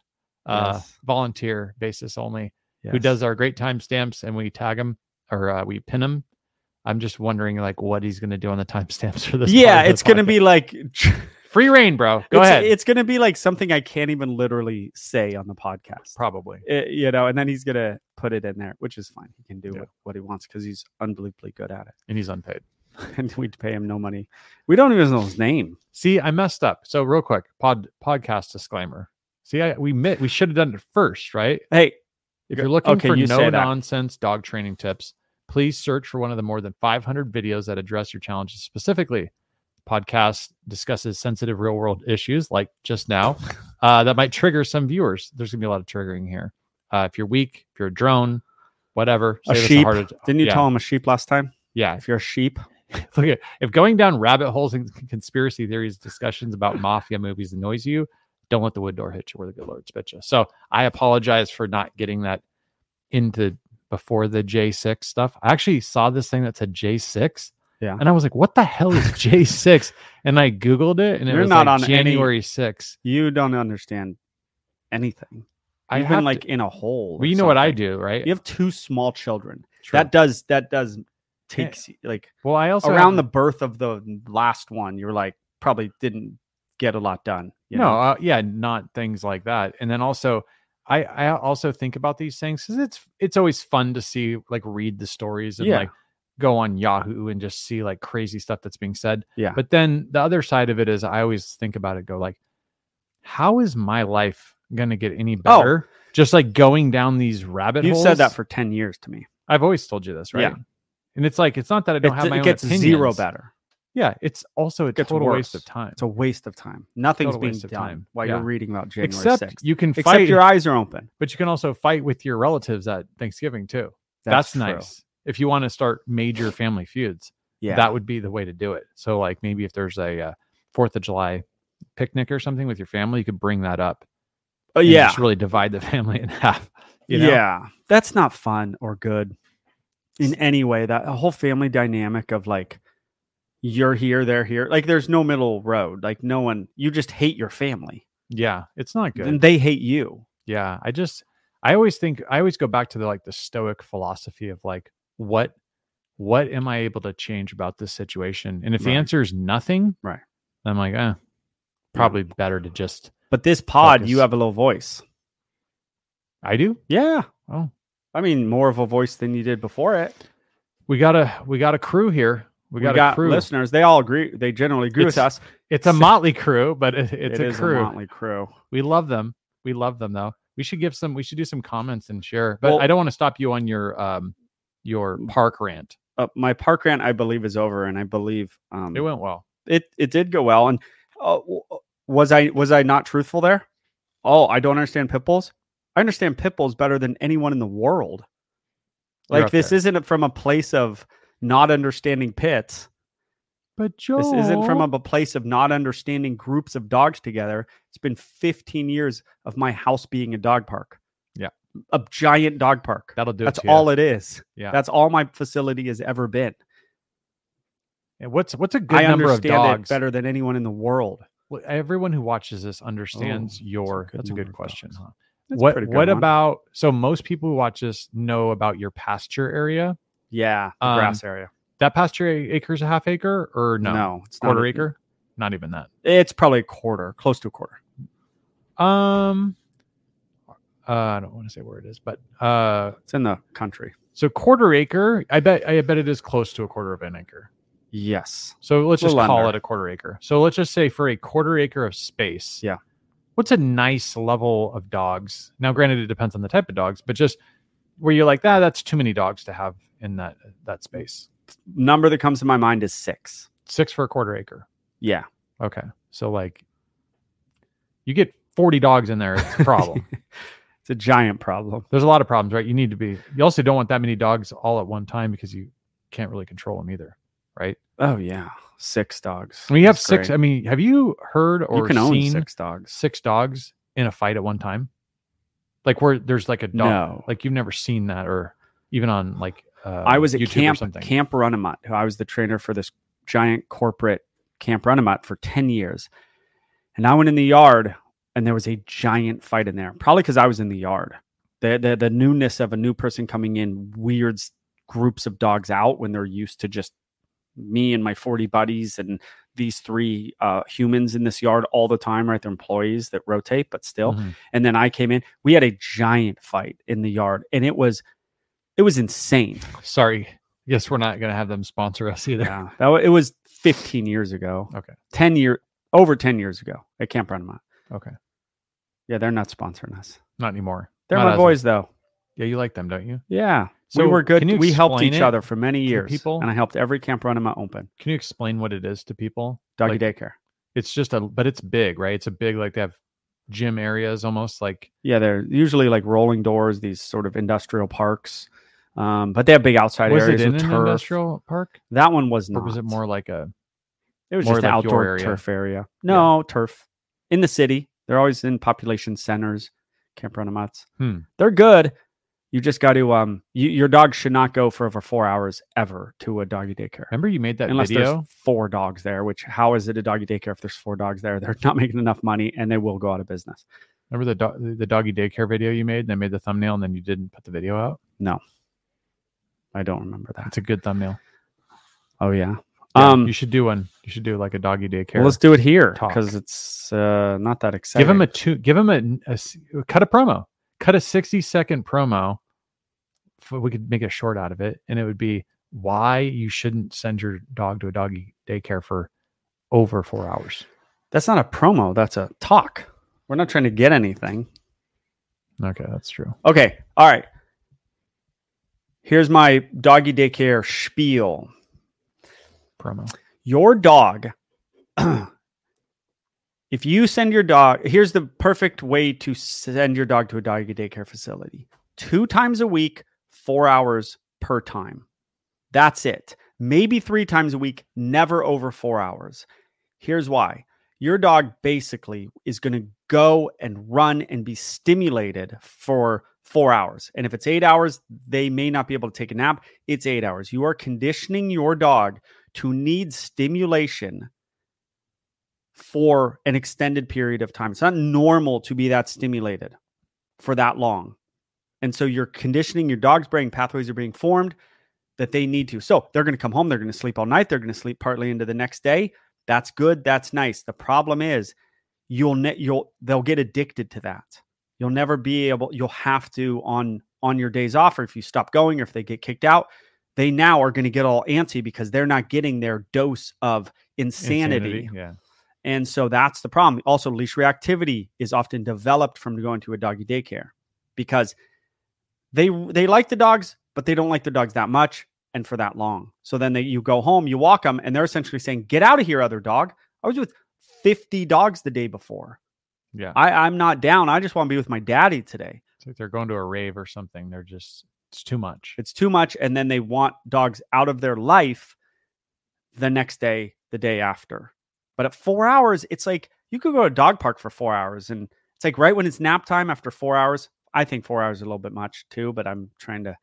S2: uh,
S1: Yes.
S2: volunteer basis only, who
S1: Yes.
S2: does our great timestamps, and we tag him or uh, we pin him. I'm just wondering, like, what he's going to do on the timestamps for this. part
S1: Yeah,
S2: of the
S1: it's gonna
S2: podcast.
S1: be like
S2: free reign, bro. Go
S1: it's,
S2: ahead.
S1: It's gonna be like something I can't even literally say on the podcast.
S2: Probably.
S1: It- you know, and then he's gonna put it in there, which is fine. He can do
S2: Yeah.
S1: what he wants because he's unbelievably good at it,
S2: And he's unpaid.
S1: and we pay him no money. We don't even know his name.
S2: See, I messed up. So real quick, pod podcast disclaimer. See, I, we mi- we should have done it first, right?
S1: Hey,
S2: If
S1: Go-
S2: you're looking
S1: okay,
S2: for
S1: you say
S2: no
S1: that.
S2: nonsense dog training tips, please search for one of the more than 500 videos that address your challenges specifically. Podcast discusses sensitive real world issues like just now uh, that might trigger some viewers. There's gonna be a lot of triggering here. Uh, if you're weak, if you're a drone, whatever.
S1: A
S2: save us the
S1: sheep.
S2: heart att-
S1: didn't you
S2: yeah,
S1: tell him a sheep last time?
S2: Yeah,
S1: If you're a sheep,
S2: Look at if going down rabbit holes and conspiracy theories, discussions about mafia movies annoys you, don't let the wood door hit you where the good Lord spit you. So I apologize for not getting that into before the J6 stuff. I actually saw this thing that said J6.
S1: Yeah.
S2: And I was like, what the hell is J6? And I Googled it and it
S1: You're
S2: was
S1: not
S2: like
S1: on any-
S2: January 6th.
S1: you don't understand anything.
S2: I
S1: You've
S2: have
S1: been
S2: like,
S1: like in a hole.
S2: well,
S1: or
S2: you know what I
S1: something.
S2: do, right?
S1: You have two small children.
S2: True.
S1: That does that does takes like
S2: well, I also
S1: around
S2: have-
S1: the birth of the last one, you're like probably didn't get a lot done. You
S2: no,
S1: know?
S2: uh, yeah, not things like that. And then also, I I also think about these things because it's it's always fun to see like read the stories and
S1: Yeah.
S2: like go on Yahoo and just see like crazy stuff that's being said.
S1: Yeah.
S2: But then the other side of it is I always think about it, go like, how is my life gonna get any better? Just like going down these rabbit
S1: Oh. You've
S2: holes.
S1: said that for ten years to me.
S2: I've always told you this, right?
S1: Yeah.
S2: And it's like it's not that I don't
S1: It-
S2: have my
S1: it
S2: own
S1: gets zero
S2: opinions.
S1: better.
S2: Yeah, it's also a
S1: Gets
S2: total waste
S1: worse.
S2: of time.
S1: It's a waste of time. Nothing's
S2: Total
S1: being
S2: waste
S1: done
S2: of time.
S1: while
S2: Yeah.
S1: you're reading about January
S2: Except
S1: 6th.
S2: you can
S1: Except
S2: fight
S1: your eyes are open.
S2: but you can also fight with your relatives at Thanksgiving too.
S1: That's,
S2: That's,
S1: true.
S2: nice. If you want to start major family feuds,
S1: Yeah.
S2: that would be the way to do it. So, like maybe if there's a uh, Fourth of July picnic or something with your family, you could bring that up.
S1: Oh,
S2: and
S1: yeah.
S2: just really divide the family in half. You know?
S1: Yeah. That's not fun or good in any way. That whole family dynamic of like you're here, they're here. Like there's no middle road. Like no one you just hate your family.
S2: yeah, it's not good.
S1: And they hate you.
S2: Yeah, I just I always think I always go back to the like the stoic philosophy of like what what am I able to change about this situation? And if the
S1: Right.
S2: answer is nothing,
S1: Right.
S2: I'm like, eh, probably better to just
S1: But this pod,
S2: Focus.
S1: you have a low voice.
S2: I do.
S1: Yeah.
S2: Oh,
S1: I mean, more of a voice than you did before it.
S2: we got a we got a crew here. We
S1: We
S2: got,
S1: got,
S2: a crew.
S1: listeners. They all agree. They generally agree with
S2: It's-
S1: us.
S2: It's a motley crew, but it, it's
S1: It
S2: a
S1: is
S2: crew.
S1: motley crew.
S2: we love them. We love them though. We should give some. We should do some comments and share. But
S1: Well- Mm.
S2: I don't want to stop you on your um your park rant.
S1: Uh, my park rant, I believe, is over, and I believe um,
S2: It went well.
S1: it it did go well. And uh, w- was I was I not truthful there? Oh, I don't understand pit bulls. I understand pit bulls better than anyone in the world.
S2: You're
S1: Like
S2: up
S1: this
S2: there.
S1: isn't from a place of not understanding pits.
S2: But Joel,
S1: This isn't from a b- place of not understanding groups of dogs together. It's been 15 years of my house being a dog park.
S2: Yeah.
S1: A giant dog park.
S2: that'll do.
S1: That's
S2: it to ya.
S1: all it is.
S2: Yeah.
S1: That's all my facility has ever been.
S2: And what's what's a good
S1: I
S2: number of
S1: understand
S2: dogs?
S1: it better than anyone in the world.
S2: Well, Everyone who watches this
S1: Oh,
S2: understands
S1: that's a
S2: your.
S1: good
S2: That's a
S1: number
S2: good
S1: of
S2: question.
S1: dogs.
S2: Huh?
S1: That's a
S2: what
S1: pretty good
S2: what
S1: one.
S2: about? So most people who watch this know about your pasture area.
S1: Yeah, the
S2: Um,
S1: grass area.
S2: That pasture a- acre is a half acre or no?
S1: it's not e-,
S2: quarter
S1: a-
S2: acre? Not even that.
S1: It's probably a quarter, close to a quarter.
S2: Um uh, I don't want to say where it is, but uh
S1: It's in the country.
S2: so quarter acre, I bet I bet it is close to a quarter of an acre.
S1: Yes,
S2: So let's just
S1: Little
S2: call
S1: under.
S2: it a quarter acre. So let's just say for a quarter acre of space.
S1: Yeah.
S2: What's a nice level of dogs? Now granted it depends on the type of dogs, but just where you're like, ah, that's too many dogs to have in that that space.
S1: number that comes to my mind is six.
S2: Six for a quarter acre.
S1: Yeah,
S2: Okay. So like you get 40 dogs in there, it's a problem.
S1: It's a giant problem.
S2: There's a lot of problems, right? You need to be, you also don't want that many dogs all at one time because you can't really control them either, right?
S1: Oh yeah, six dogs.
S2: I mean, you have
S1: That's
S2: six.
S1: great.
S2: I mean, have you heard or
S1: you can own
S2: seen
S1: six dogs.
S2: six dogs in a fight at one time? Like where there's like a dog,
S1: No,
S2: like you've never seen that or even on like, uh,
S1: I was at
S2: YouTube or
S1: camp
S2: something.
S1: Camp Runamutt. who I was the trainer for this giant corporate Camp Runamutt for ten years, and I went in the yard, and there was a giant fight in there. Probably because I was in the yard. The, the the newness of a new person coming in weirds groups of dogs out when they're used to just me and my forty buddies and these three uh, humans in this yard all the time, right? They're employees that rotate, but still.
S2: Mhm.
S1: and then I came in. We had a giant fight in the yard, and it was it was insane.
S2: Sorry. Yes, we're not going to have them sponsor us either.
S1: Yeah, that wa- it was 15 years ago.
S2: Okay.
S1: ten year over 10 years ago at Camp Runamunt.
S2: Okay.
S1: Yeah, they're not sponsoring us.
S2: Not anymore.
S1: They're
S2: Not
S1: my
S2: as-
S1: boys, though.
S2: Yeah, you like them, don't you?
S1: Yeah, so
S2: So
S1: we were good.
S2: can you
S1: We helped
S2: explain
S1: each
S2: it
S1: other for many years,
S2: people?
S1: and I helped every Camp Runamunt open
S2: Can you explain what it is to people?
S1: doggy
S2: Like-
S1: daycare.
S2: It's just a, but it's big, right? It's a big, like they have gym areas almost like
S1: Yeah, they're usually like rolling doors, these sort of industrial parks. Um, but they have big outside
S2: was
S1: areas
S2: it in
S1: with
S2: an
S1: turf.
S2: industrial park
S1: That one was
S2: or
S1: not.
S2: was it more like a
S1: It was
S2: More
S1: just an
S2: like your
S1: outdoor
S2: area.
S1: turf area. No turf in the city. They're always in population centers. Camp Runamats.
S2: Hmm.
S1: They're good. You just got to um. You, your dog should not go for over four hours ever to a doggy daycare
S2: remember you made that
S1: unless
S2: video
S1: there's four dogs there. Which how is it a doggy daycare if there's four dogs there? They're not making enough money and they will go out of business.
S2: remember the do- the doggy daycare video you made and i made the thumbnail and then you didn't put the video out
S1: I don't remember that.
S2: it's a good thumbnail
S1: Oh yeah.
S2: Yeah,
S1: um.
S2: you should do one you should do like a doggy daycare
S1: well, let's do it here
S2: Talk.
S1: because it's uh, not that exciting.
S2: give him a two give him a, a s- cut a promo cut a 60 second promo F- we could make a short out of it and it would be why you shouldn't send your dog to a doggy daycare for over four hours
S1: That's not a promo. That's a talk. We're not trying to get anything.
S2: okay that's true
S1: Okay. All right. Here's my doggy daycare spiel.
S2: promo
S1: Your dog, if you send your dog, here's the perfect way to send your dog to a doggy daycare facility two times a week, four hours per time. That's it. Maybe three times a week, never over four hours. Here's why your dog basically is going to go and run and be stimulated for four hours. And if it's eight hours, they may not be able to take a nap. It's eight hours. You are conditioning your dog to need stimulation for an extended period of time. It's not normal to be that stimulated for that long. And so you're conditioning your dog's brain pathways are being formed that they need to. So they're going to come home, they're going to sleep all night, they're going to sleep partly into the next day. That's good, that's nice. The problem is you'll ne- you'll they'll get addicted to that. You'll never be able you'll have to on on your days off or if you stop going or if they get kicked out, they now are going to get all antsy because they're not getting their dose of insanity.
S2: yeah
S1: And so that's the problem. Also, leash reactivity is often developed from going to a doggy daycare because they they like the dogs, but they don't like the dogs that much and for that long. So then they, you go home, you walk them, and they're essentially saying, "Get out of here, other dog." I was with fifty dogs the day before.
S2: yeah
S1: I, I'm not down. I just want to be with my daddy today.
S2: It's like they're going to a rave or something. They're just it's too much.
S1: It's too much, and then they want dogs out of their life the next day, the day after. But at four hours, it's like you could go to a dog park for four hours, and it's like right when it's nap time after four hours. I think four hours is a little bit much too, but I'm trying to.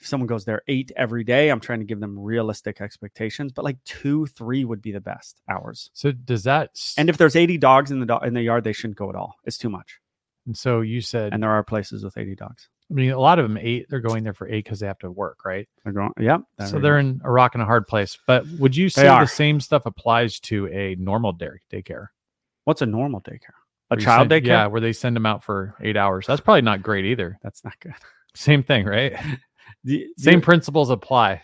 S1: If someone goes there eight every day, I'm trying to give them realistic expectations. But like two, three would be the best hours.
S2: So does that? s-
S1: And if there's 80 dogs in the do- in the yard, they shouldn't go at all. It's too much.
S2: and so you said.
S1: And there are places with 80 dogs.
S2: I mean, a lot of them eight. They're going there for eight because they have to work, right?
S1: They're going. Yep.
S2: so they're in a rock and a hard place. But would you say
S1: are.
S2: the same stuff applies to a normal day, daycare?
S1: What's a normal daycare? A
S2: Where you
S1: child
S2: send-
S1: daycare?
S2: Yeah, where they send them out for eight hours. That's probably not great either.
S1: That's not good.
S2: Same thing, right?
S1: The,
S2: Same principles apply.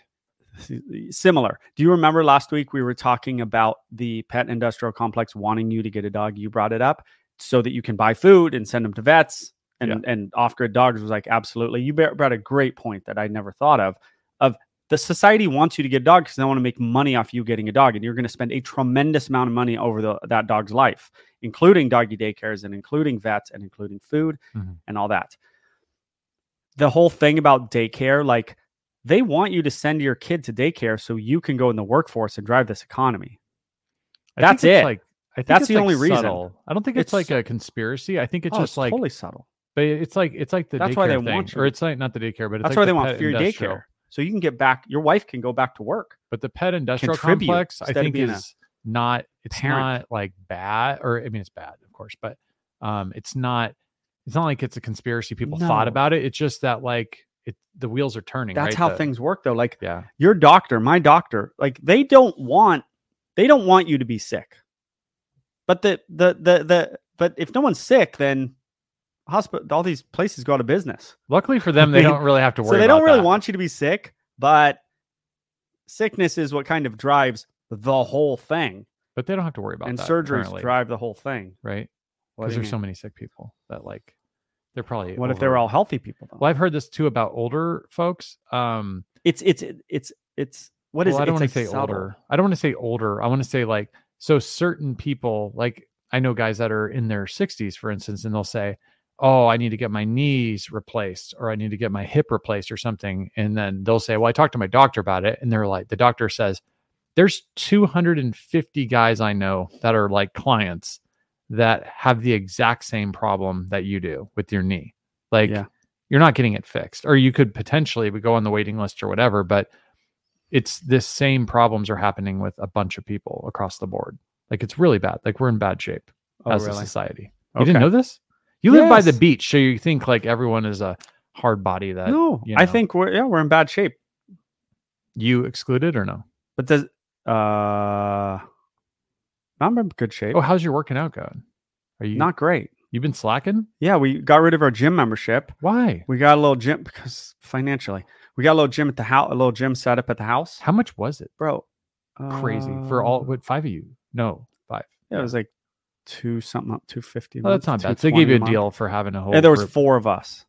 S1: pr- similar. Do you remember last week we were talking about the pet industrial complex wanting you to get a dog? You brought it up so that you can buy food and send them to vets and
S2: Yeah.
S1: and off grid dogs was like absolutely. You br- brought a great point that I never thought of. Of The society wants you to get a dog because they want to make money off you getting a dog, and you're going to spend a tremendous amount of money over the, that dog's life, including doggy daycares and including vets and including food
S2: Mhm.
S1: and all that. The whole thing about daycare, like they want you to send your kid to daycare so you can go in the workforce and drive this economy.
S2: I think
S1: That's
S2: it's
S1: it.
S2: Like I think
S1: That's
S2: it's,
S1: the
S2: like,
S1: only reason.
S2: subtle. I don't think it's,
S1: It's
S2: like
S1: so-
S2: a conspiracy. I think it's
S1: Oh,
S2: just like,
S1: totally subtle.
S2: but it's like it's like the
S1: That's
S2: daycare
S1: why they
S2: thing,
S1: want
S2: or
S1: you.
S2: it's like not the daycare, but it's
S1: That's
S2: like
S1: why
S2: the
S1: they want
S2: pet
S1: free
S2: industrial.
S1: daycare. So you can get back, your wife can go back to work.
S2: But the pet industrial
S1: Contribute
S2: complex, I
S1: instead of
S2: think,
S1: being a
S2: is not. It's
S1: parent.
S2: not like bad, or I mean, it's bad, of course, but um, it's not. It's not like it's a conspiracy. People thought
S1: No.
S2: about it. It's just that like it, the wheels are turning.
S1: That's
S2: right?
S1: how
S2: The-
S1: things work though. Like
S2: Yeah.
S1: your doctor, my doctor, like they don't want they don't want you to be sick. But the the the the but if no one's sick, then hospital all these places go out of business.
S2: Luckily for them, they don't really have to worry.
S1: So they don't
S2: about
S1: really
S2: that.
S1: want you to be sick, but sickness is what kind of drives the whole thing.
S2: But they don't have to worry about
S1: and
S2: that
S1: surgeries
S2: currently,
S1: drive the whole thing.
S2: right?
S1: What do
S2: Because
S1: you
S2: there's so
S1: mean?
S2: many sick people that like they're probably.
S1: what if they were
S2: over-
S1: all healthy people though?
S2: Well, I've heard this too about older folks. Um,
S1: It's it's it's it's what is
S2: well,
S1: it?
S2: I don't
S1: It's,
S2: want
S1: like,
S2: to say
S1: subtle.
S2: older. I don't want to say older. I want to say like so certain people like I know guys that are in their 60s for instance and they'll say, "Oh, I need to get my knees replaced or I need to get my hip replaced or something." And then they'll say, "Well, I talked to my doctor about it." And they're like the doctor says, "There's 250 guys I know that are like clients that have the exact same problem that you do with your knee." Like
S1: Yeah.
S2: you're not getting it fixed or you could potentially go on the waiting list or whatever, but it's this same problems are happening with a bunch of people across the board. Like it's really bad. Like we're in bad shape
S1: Oh,
S2: as a
S1: really?
S2: society. You didn't know this? You live by the beach, so you think like everyone is a hard body that
S1: No,
S2: you
S1: I
S2: know.
S1: think we're yeah, we're in bad shape.
S2: you excluded or no?
S1: But does uh I'm in good shape.
S2: Oh, how's your working out going? Are you
S1: Not great.
S2: you've been slacking?
S1: Yeah, we got rid of our gym membership.
S2: Why?
S1: We got a little gym because financially. We got a little gym at the house, a little gym set up at the house.
S2: How much was it?
S1: Bro.
S2: Crazy for all
S1: uh,
S2: what five of you? No, five.
S1: Yeah, it was like two something up, two fifty.
S2: Oh, that's not bad. So they gave you a deal for having a whole.
S1: And there was
S2: group.
S1: four of us.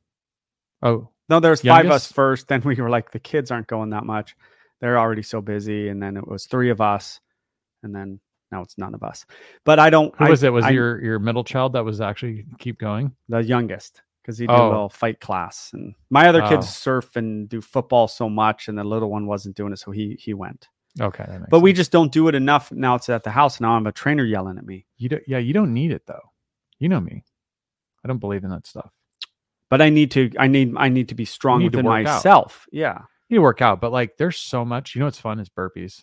S2: Oh,
S1: No, there was five of us
S2: Youngest?
S1: first. Then we were like, the kids aren't going that much. They're already so busy. And then it was three of us. And then now it's none of us. But I don't
S2: who
S1: I,
S2: was it? Was
S1: I-
S2: it your your middle child that was actually keep going?
S1: the youngest because he did
S2: Oh.
S1: a little fight class and my other
S2: Oh.
S1: kids surf and do football so much and the little one wasn't doing it so he he went
S2: Okay, that makes
S1: but we
S2: sense.
S1: just don't do it enough now it's at the house now i'm a trainer yelling at me
S2: you don't yeah you don't need it though. You know me, I don't believe in that stuff.
S1: but i need to i need i need to be strong
S2: need to
S1: within
S2: work out.
S1: myself yeah
S2: You need to work out, but like there's so much. You know what's fun is burpees.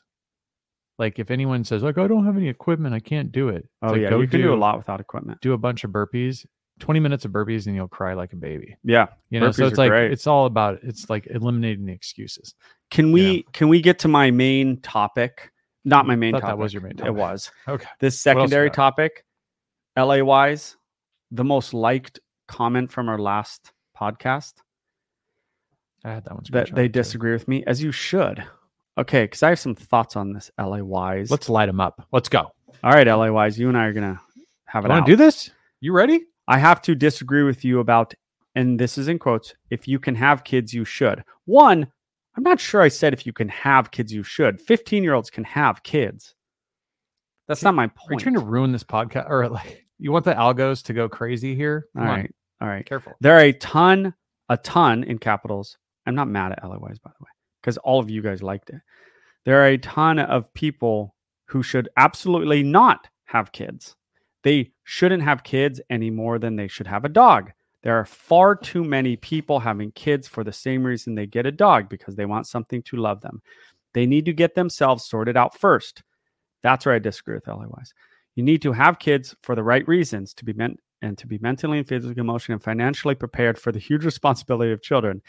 S2: Like if anyone says like I don't have any equipment, I can't do it. It's
S1: oh
S2: like,
S1: yeah
S2: go
S1: you can do, a lot without equipment
S2: Do a bunch of burpees, twenty minutes of burpees, and you'll cry like a baby.
S1: yeah
S2: You know, so
S1: Burpees
S2: it's
S1: are
S2: like
S1: great.
S2: it's all about it's like eliminating the excuses.
S1: can we can we get to my main topic not my main
S2: Thought
S1: topic
S2: that was your main
S1: it
S2: topic.
S1: was
S2: Okay,
S1: this
S2: What else you
S1: secondary
S2: got?
S1: topic la wise the most liked comment from our last podcast
S2: I had that one.
S1: that
S2: screenshotted,
S1: they
S2: too.
S1: disagree with me, as you should. Okay, because I have some thoughts on this, LA Wise.
S2: Let's light them up. Let's go.
S1: All right, LA Wise, you and I are gonna have it
S2: Want
S1: out.
S2: to do this? You ready?
S1: I have to disagree with you about, and this is in quotes. If you can have kids, you should. One, I'm not sure I said if you can have kids, you should. 15 year olds can have kids. That's
S2: Okay,
S1: not my
S2: Are you
S1: point.
S2: trying to ruin this podcast or like you want the algos to go crazy here?
S1: all
S2: Come on,
S1: right, all right.
S2: careful.
S1: There are a ton, a ton in capitals. I'm not mad at LA Wise, by the way, because all of you guys liked it. There are a ton of people who should absolutely not have kids. They shouldn't have kids any more than they should have a dog. There are far too many people having kids for the same reason they get a dog because they want something to love them. They need to get themselves sorted out first. That's where I disagree with LA Wise. You need to have kids for the right reasons to be meant and to be mentally and physically, emotionally, and financially prepared for the huge responsibility of children.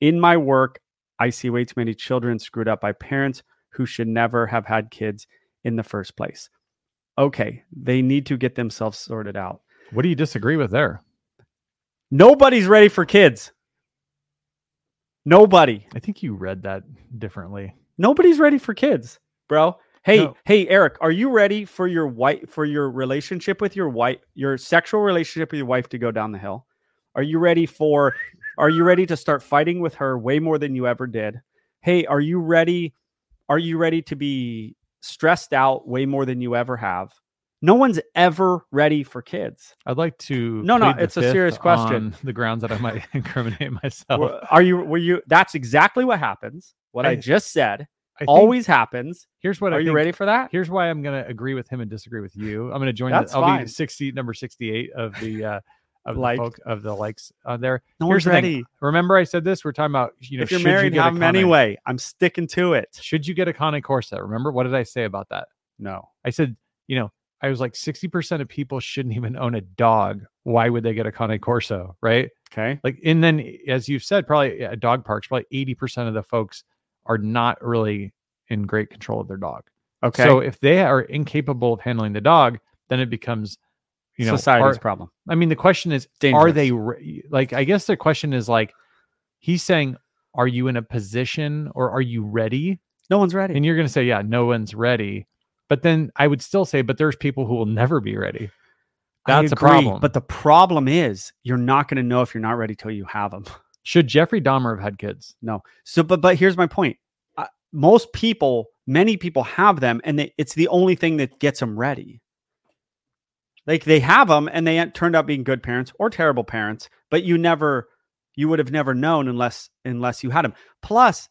S1: In my work, I see way too many children screwed up by parents who should never have had kids in the first place. Okay, they need to get themselves sorted out.
S2: What do you disagree with there?
S1: Nobody's ready for kids. Nobody.
S2: I think you read that differently.
S1: Nobody's ready for kids, bro. Hey,
S2: No.
S1: hey, Eric, are you ready for your wife for your relationship with your wife, your sexual relationship with your wife to go down the hill? Are you ready for are you ready to start fighting with her way more than you ever did? hey, are you ready? Are you ready to be stressed out way more than you ever have? No one's ever ready for kids.
S2: I'd like to.
S1: No, no,
S2: plead the
S1: it's a
S2: fifth
S1: serious question.
S2: on the grounds that I might incriminate myself.
S1: Were- Are you? Were you? That's exactly what happens. What I,
S2: Oh. I-
S1: just said
S2: I think-
S1: always happens.
S2: Here's what I
S1: are you
S2: think-
S1: ready for that?
S2: Here's why I'm going to agree with him and disagree with you. I'm going to join.
S1: That's
S2: the, I'll
S1: fine.
S2: be 60 number 68 of the uh, of
S1: Like.
S2: the folk, of the likes on there.
S1: No one's
S2: here's the thing.
S1: ready.
S2: Remember, I said this. We're talking about you know
S1: if you're
S2: should you
S1: married,
S2: get a
S1: have them
S2: Kane-
S1: anyway. I'm sticking to it.
S2: Should you get a Conde Corsa? Remember what did I say about that?
S1: No.
S2: I said you know I was like 60 percent of people shouldn't even own a dog. Why would they get a Conde Corso? Right?
S1: Okay.
S2: Like and then as you've said, probably at dog parks, probably 80 percent of the folks are not really in great control of their dog.
S1: Okay.
S2: So if they are incapable of handling the dog, then it becomes, you know,
S1: society's
S2: are-
S1: problem.
S2: I mean, the question is,
S1: Dangerous.
S2: are they re- like? I guess the question is like, he's saying, are you in a position or are you ready?
S1: No one's ready.
S2: And you're going to say, yeah, no one's ready. But then I would still say, but there's people who will never be ready.
S1: I
S2: That's a
S1: agree,
S2: problem.
S1: But the problem is you're not going to know if you're not ready till you have them.
S2: Should Jeffrey Dahmer have had kids?
S1: No. So, but but here's my point. Uh, most people, many people have them, and they, it's the only thing that gets them ready. Like they have them, and they turned out being good parents or terrible parents, but you never, you would have never known unless unless you had them. Plus,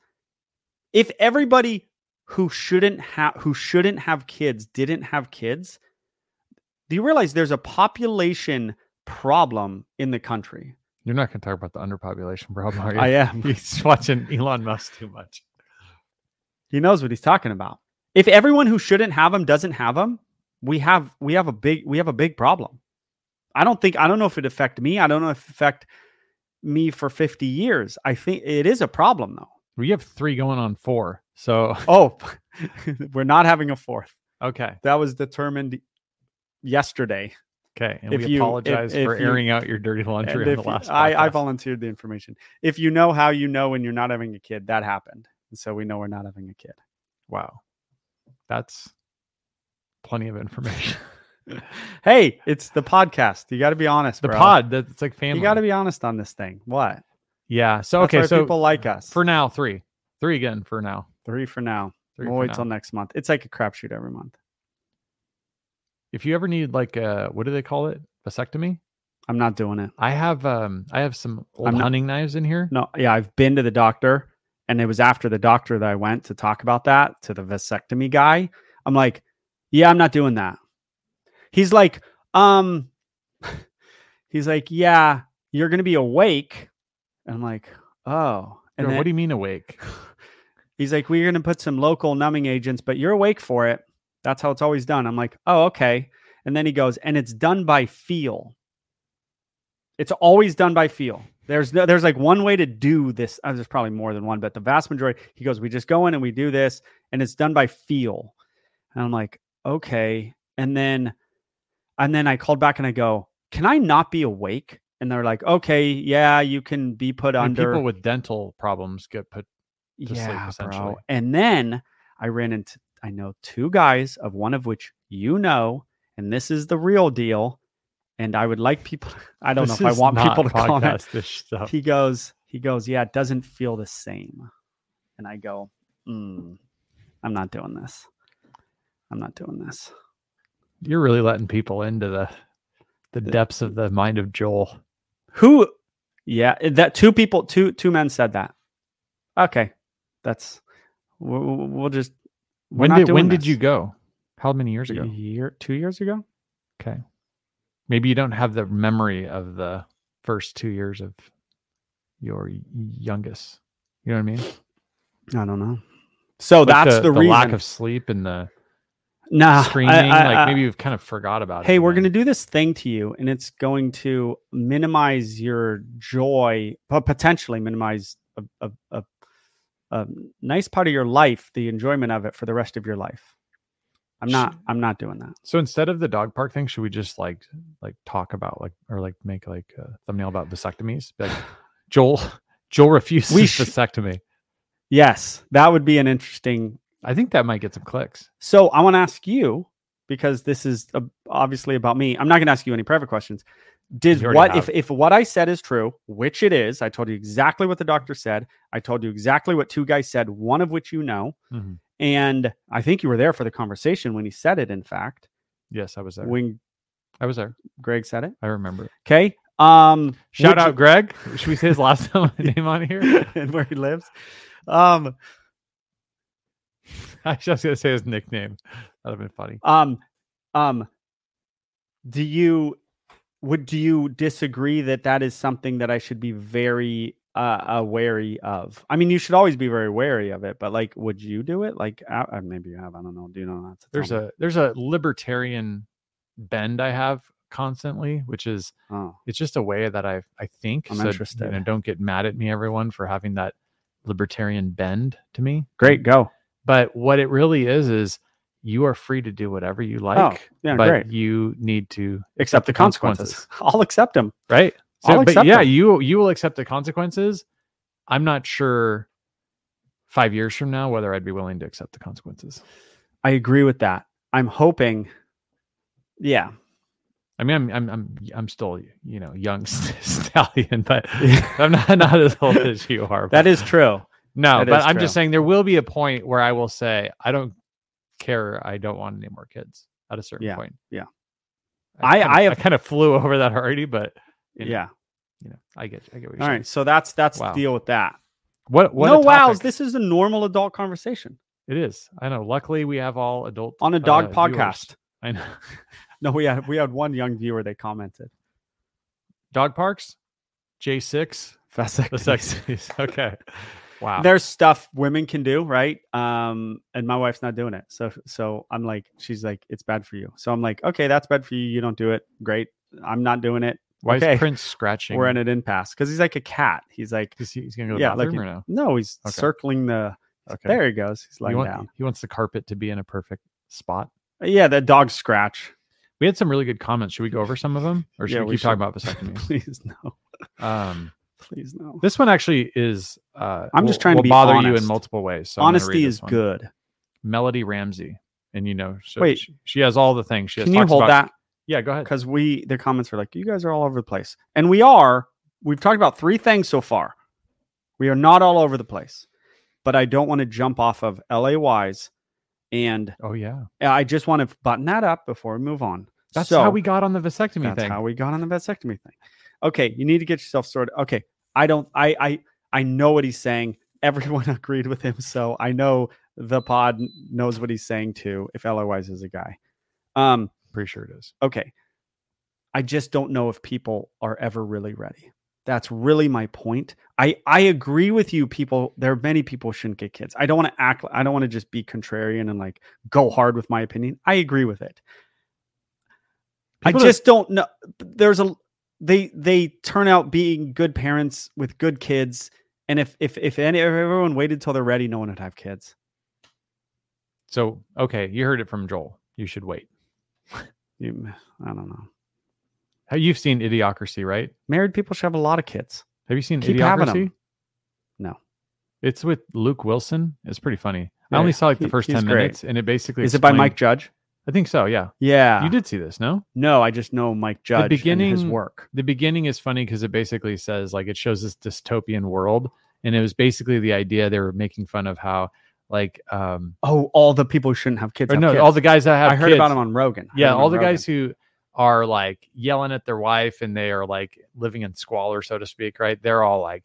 S1: if everybody who shouldn't have who shouldn't have kids didn't have kids, do you realize there's a population problem in the country?
S2: You're not going to talk about the underpopulation problem, are you?
S1: I am.
S2: He's watching Elon Musk too much.
S1: He knows what he's talking about. If everyone who shouldn't have him doesn't have him, we have we have a big we have a big problem. I don't think I don't know if it affect me. I don't know if it affect me for 50 years. I think it is a problem though.
S2: We have three going on four. So,
S1: Oh, we're not having a fourth.
S2: okay.
S1: That was determined yesterday.
S2: Okay, and
S1: If
S2: we
S1: you- if-
S2: apologize
S1: if
S2: for
S1: you-
S2: airing out your dirty laundry
S1: And
S2: on
S1: if
S2: the
S1: you-
S2: last.
S1: I, I
S2: podcast.
S1: volunteered the information. If you know how you know when you're not having a kid, that happened. And so we know we're not having a kid.
S2: wow, that's plenty of information.
S1: Hey, it's the podcast. You got to be honest.
S2: the
S1: bro.
S2: pod that's like family.
S1: You got to be honest on this thing. What?
S2: yeah. So
S1: That's
S2: okay,
S1: why
S2: so
S1: people like us.
S2: for now three, three again for now.
S1: three for now.
S2: Three
S1: we'll
S2: for
S1: wait
S2: now.
S1: till next month. It's like a crapshoot every month.
S2: if you ever need like a what do they call it vasectomy?
S1: I'm not doing it.
S2: I have um I have some old
S1: I'm not-
S2: hunting knives in here.
S1: No, yeah, I've been to the doctor, and it was after the doctor that I went to talk about that to the vasectomy guy. I'm like, yeah, I'm not doing that. He's like, um, he's like, yeah, you're gonna be awake. And I'm like, oh. And
S2: Yo,
S1: then
S2: what do you mean awake?
S1: he's like, we're gonna put some local numbing agents, but you're awake for it. That's how it's always done. I'm like, oh, okay. And then he goes, and it's done by feel. It's always done by feel. There's no, there's like one way to do this. Uh, there's probably more than one, but the vast majority, he goes, we just go in and we do this, and it's done by feel. And I'm like, okay. And then, and then I called back and I go, can I not be awake? And they're like, okay, yeah, you can be put
S2: I mean,
S1: under
S2: people with dental problems get put. to sleep, essentially.
S1: And then I ran into I know two guys, of one of which you know, and this is the real deal. And I would like people. I don't
S2: This
S1: know if
S2: is
S1: I want people to
S2: not
S1: comment.
S2: podcast this stuff.
S1: He goes, he goes, yeah, it doesn't feel the same. And I go, mm, I'm not doing this. I'm not doing this.
S2: You're really letting people into the the depths of the mind of Joel.
S1: Who? Yeah, eh, that two people, two two men said that. Okay, that's we'll, we'll just. we're
S2: When
S1: not
S2: did
S1: doing
S2: when did
S1: this.
S2: you go? How many years
S1: A
S2: ago?
S1: year, two years ago.
S2: Maybe you don't have the memory of the first two years of your youngest. You know what I mean?
S1: I don't know. So
S2: Like
S1: that's the, reason.
S2: lack of sleep and the
S1: nah,
S2: screaming.
S1: I- I- I-
S2: like maybe you've kind of forgot about it.
S1: hey, we're
S2: then.
S1: going to do this thing to you, and it's going to minimize your joy, but potentially minimize a, a, a, a nice part of your life, the enjoyment of it for the rest of your life. I'm not.
S2: Sh-
S1: I'm not doing that.
S2: So instead of the dog park thing, should we just like like talk about like or like make like a thumbnail about vasectomies? Be Like Joel, Joel refuses
S1: We sh-
S2: vasectomy.
S1: Yes, that would be an interesting
S2: I think that might get some clicks.
S1: So I want to ask you because this is uh, obviously about me. I'm not going to ask you any private questions. did
S2: You already
S1: what
S2: have.
S1: if if what I said is true, which it is? I told you exactly what the doctor said. I told you exactly what two guys said, one of which you know,
S2: Mhm.
S1: and I think you were there for the conversation when he said it. In fact,
S2: Yes, I was there.
S1: when
S2: I was there.
S1: Greg said it.
S2: I remember.
S1: Okay. Um,
S2: Shout
S1: would
S2: out
S1: you-
S2: Greg. Should we say his last name on here?
S1: and where he lives. Um,
S2: I was just gonna say his nickname. That'd have been funny.
S1: um, um. Do you would do you disagree that that is something that I should be very uh, uh wary of? I mean, you should always be very wary of it, but like, would you do it? Like, I, I, maybe you have. I don't know. Do you know? That's
S2: There's a there's a libertarian bend I have constantly, which is
S1: Oh,
S2: it's just a way that I I think.
S1: I'm interested.
S2: You know, don't get mad at me, everyone, for having that libertarian bend to me.
S1: great. Go.
S2: But what it really is is you are free to do whatever you like.
S1: Oh, yeah,
S2: but
S1: great.
S2: you need to
S1: Accept the
S2: the consequences.
S1: consequences. I'll accept them.
S2: right.
S1: I'll
S2: So, but
S1: accept
S2: yeah,
S1: them.
S2: you you will accept the consequences. I'm not sure five years from now whether I'd be willing to accept the consequences.
S1: I agree with that. I'm hoping. Yeah.
S2: I mean, I'm I'm I'm I'm still you know young stallion, but I'm not not as old as you are.
S1: That
S2: but-
S1: is true.
S2: no,
S1: that
S2: but
S1: is
S2: I'm
S1: true.
S2: just saying there will be a point where I will say I don't care. I don't want any more kids at a certain
S1: Yeah,
S2: point.
S1: yeah. I-
S2: I
S1: I
S2: I,
S1: have-
S2: I kind of flew over that already, but you know,
S1: Yeah.
S2: you know I get I get what you're
S1: All
S2: saying.
S1: right. So that's that's
S2: Wow.
S1: the deal with that.
S2: What what a
S1: no wows.
S2: topic.
S1: This is a normal adult conversation
S2: It is. I know. Luckily, we have all adult
S1: on a dog
S2: uh, viewers.
S1: podcast.
S2: I know.
S1: No, we had we had one young viewer. They commented.
S2: Dog parks, J six, the sexies. Okay. Wow.
S1: There's stuff women can do, right? Um, and my wife's not doing it. So so I'm like, she's like, it's bad for you. So I'm like, okay, that's bad for you. You don't do it. Great. I'm not doing it.
S2: Why
S1: okay.
S2: is Prince scratching?
S1: We're in an impasse because he's like a cat. He's like,
S2: Is he- he's gonna go to the
S1: Yeah, like
S2: bathroom
S1: you-
S2: or no?
S1: no, he's
S2: Okay.
S1: circling the.
S2: Okay.
S1: There he goes. He's
S2: he,
S1: lying
S2: want-
S1: down. Uh,
S2: he wants the carpet to be in a perfect spot.
S1: Yeah, the dog scratch.
S2: We had some really good comments. Should we go over some of them, or should
S1: Yeah,
S2: we
S1: we
S2: keep talking
S1: should.
S2: about vasectomy?
S1: Please no.
S2: um,
S1: Please no.
S2: this one actually is. Uh,
S1: I'm just trying to
S2: will
S1: be
S2: bother you in
S1: honest.
S2: multiple ways. So I'm gonna read
S1: Honesty
S2: this
S1: is
S2: one.
S1: good.
S2: Melody Ramsey, and you know, so
S1: Wait.
S2: she, she has all the things. She has
S1: Can you
S2: talks
S1: hold
S2: about-
S1: that?
S2: Yeah, go ahead.
S1: because we the comments are like you guys are all over the place and we are we've talked about three things so far we are not all over the place but i don't want to jump off of lays and
S2: Oh yeah,
S1: i just want to button that up before we move on
S2: that's
S1: So,
S2: how we got on the vasectomy
S1: that's
S2: thing.
S1: how we got on the vasectomy thing okay you need to get yourself sorted okay i don't i i i know what he's saying everyone agreed with him so i know the pod knows what he's saying too if lays is a guy um
S2: Pretty sure it is.
S1: okay, I just don't know if people are ever really ready. That's really my point. I I agree with you. People, there are many people who shouldn't get kids. I don't want to act. I don't want to just be contrarian and like go hard with my opinion. I agree with it.
S2: People
S1: I
S2: that-
S1: just don't know. There's a they they turn out being good parents with good kids. And if if if, any, if everyone waited till they're ready, no one would have kids.
S2: So okay, you heard it from Joel. You should wait.
S1: You, I don't know.
S2: Have- You've seen Idiocracy, right?
S1: Married people should have a lot of kids.
S2: Have you seen
S1: Keep having 'em.
S2: Idiocracy?
S1: No.
S2: It's with Luke Wilson. It's pretty funny.
S1: Yeah,
S2: I only saw like the
S1: he-
S2: first
S1: he's
S2: 10
S1: great.
S2: minutes and it basically
S1: Is it by
S2: explained-
S1: Mike Judge?
S2: I think so, yeah.
S1: Yeah.
S2: You did see this, no?
S1: No, I just know Mike Judge and his
S2: beginning-
S1: work.
S2: The beginning is funny because it basically says like it shows this dystopian world and it was basically the idea they were making fun of how like um
S1: Oh, all the people who shouldn't have kids.
S2: or
S1: have
S2: no,
S1: kids.
S2: all the guys that have
S1: I heard
S2: kids,
S1: about him on Rogan. I heard
S2: yeah,
S1: him
S2: all
S1: on
S2: the
S1: Rogan.
S2: guys who are like yelling at their wife and they are like living in squalor, so to speak, right? They're all like,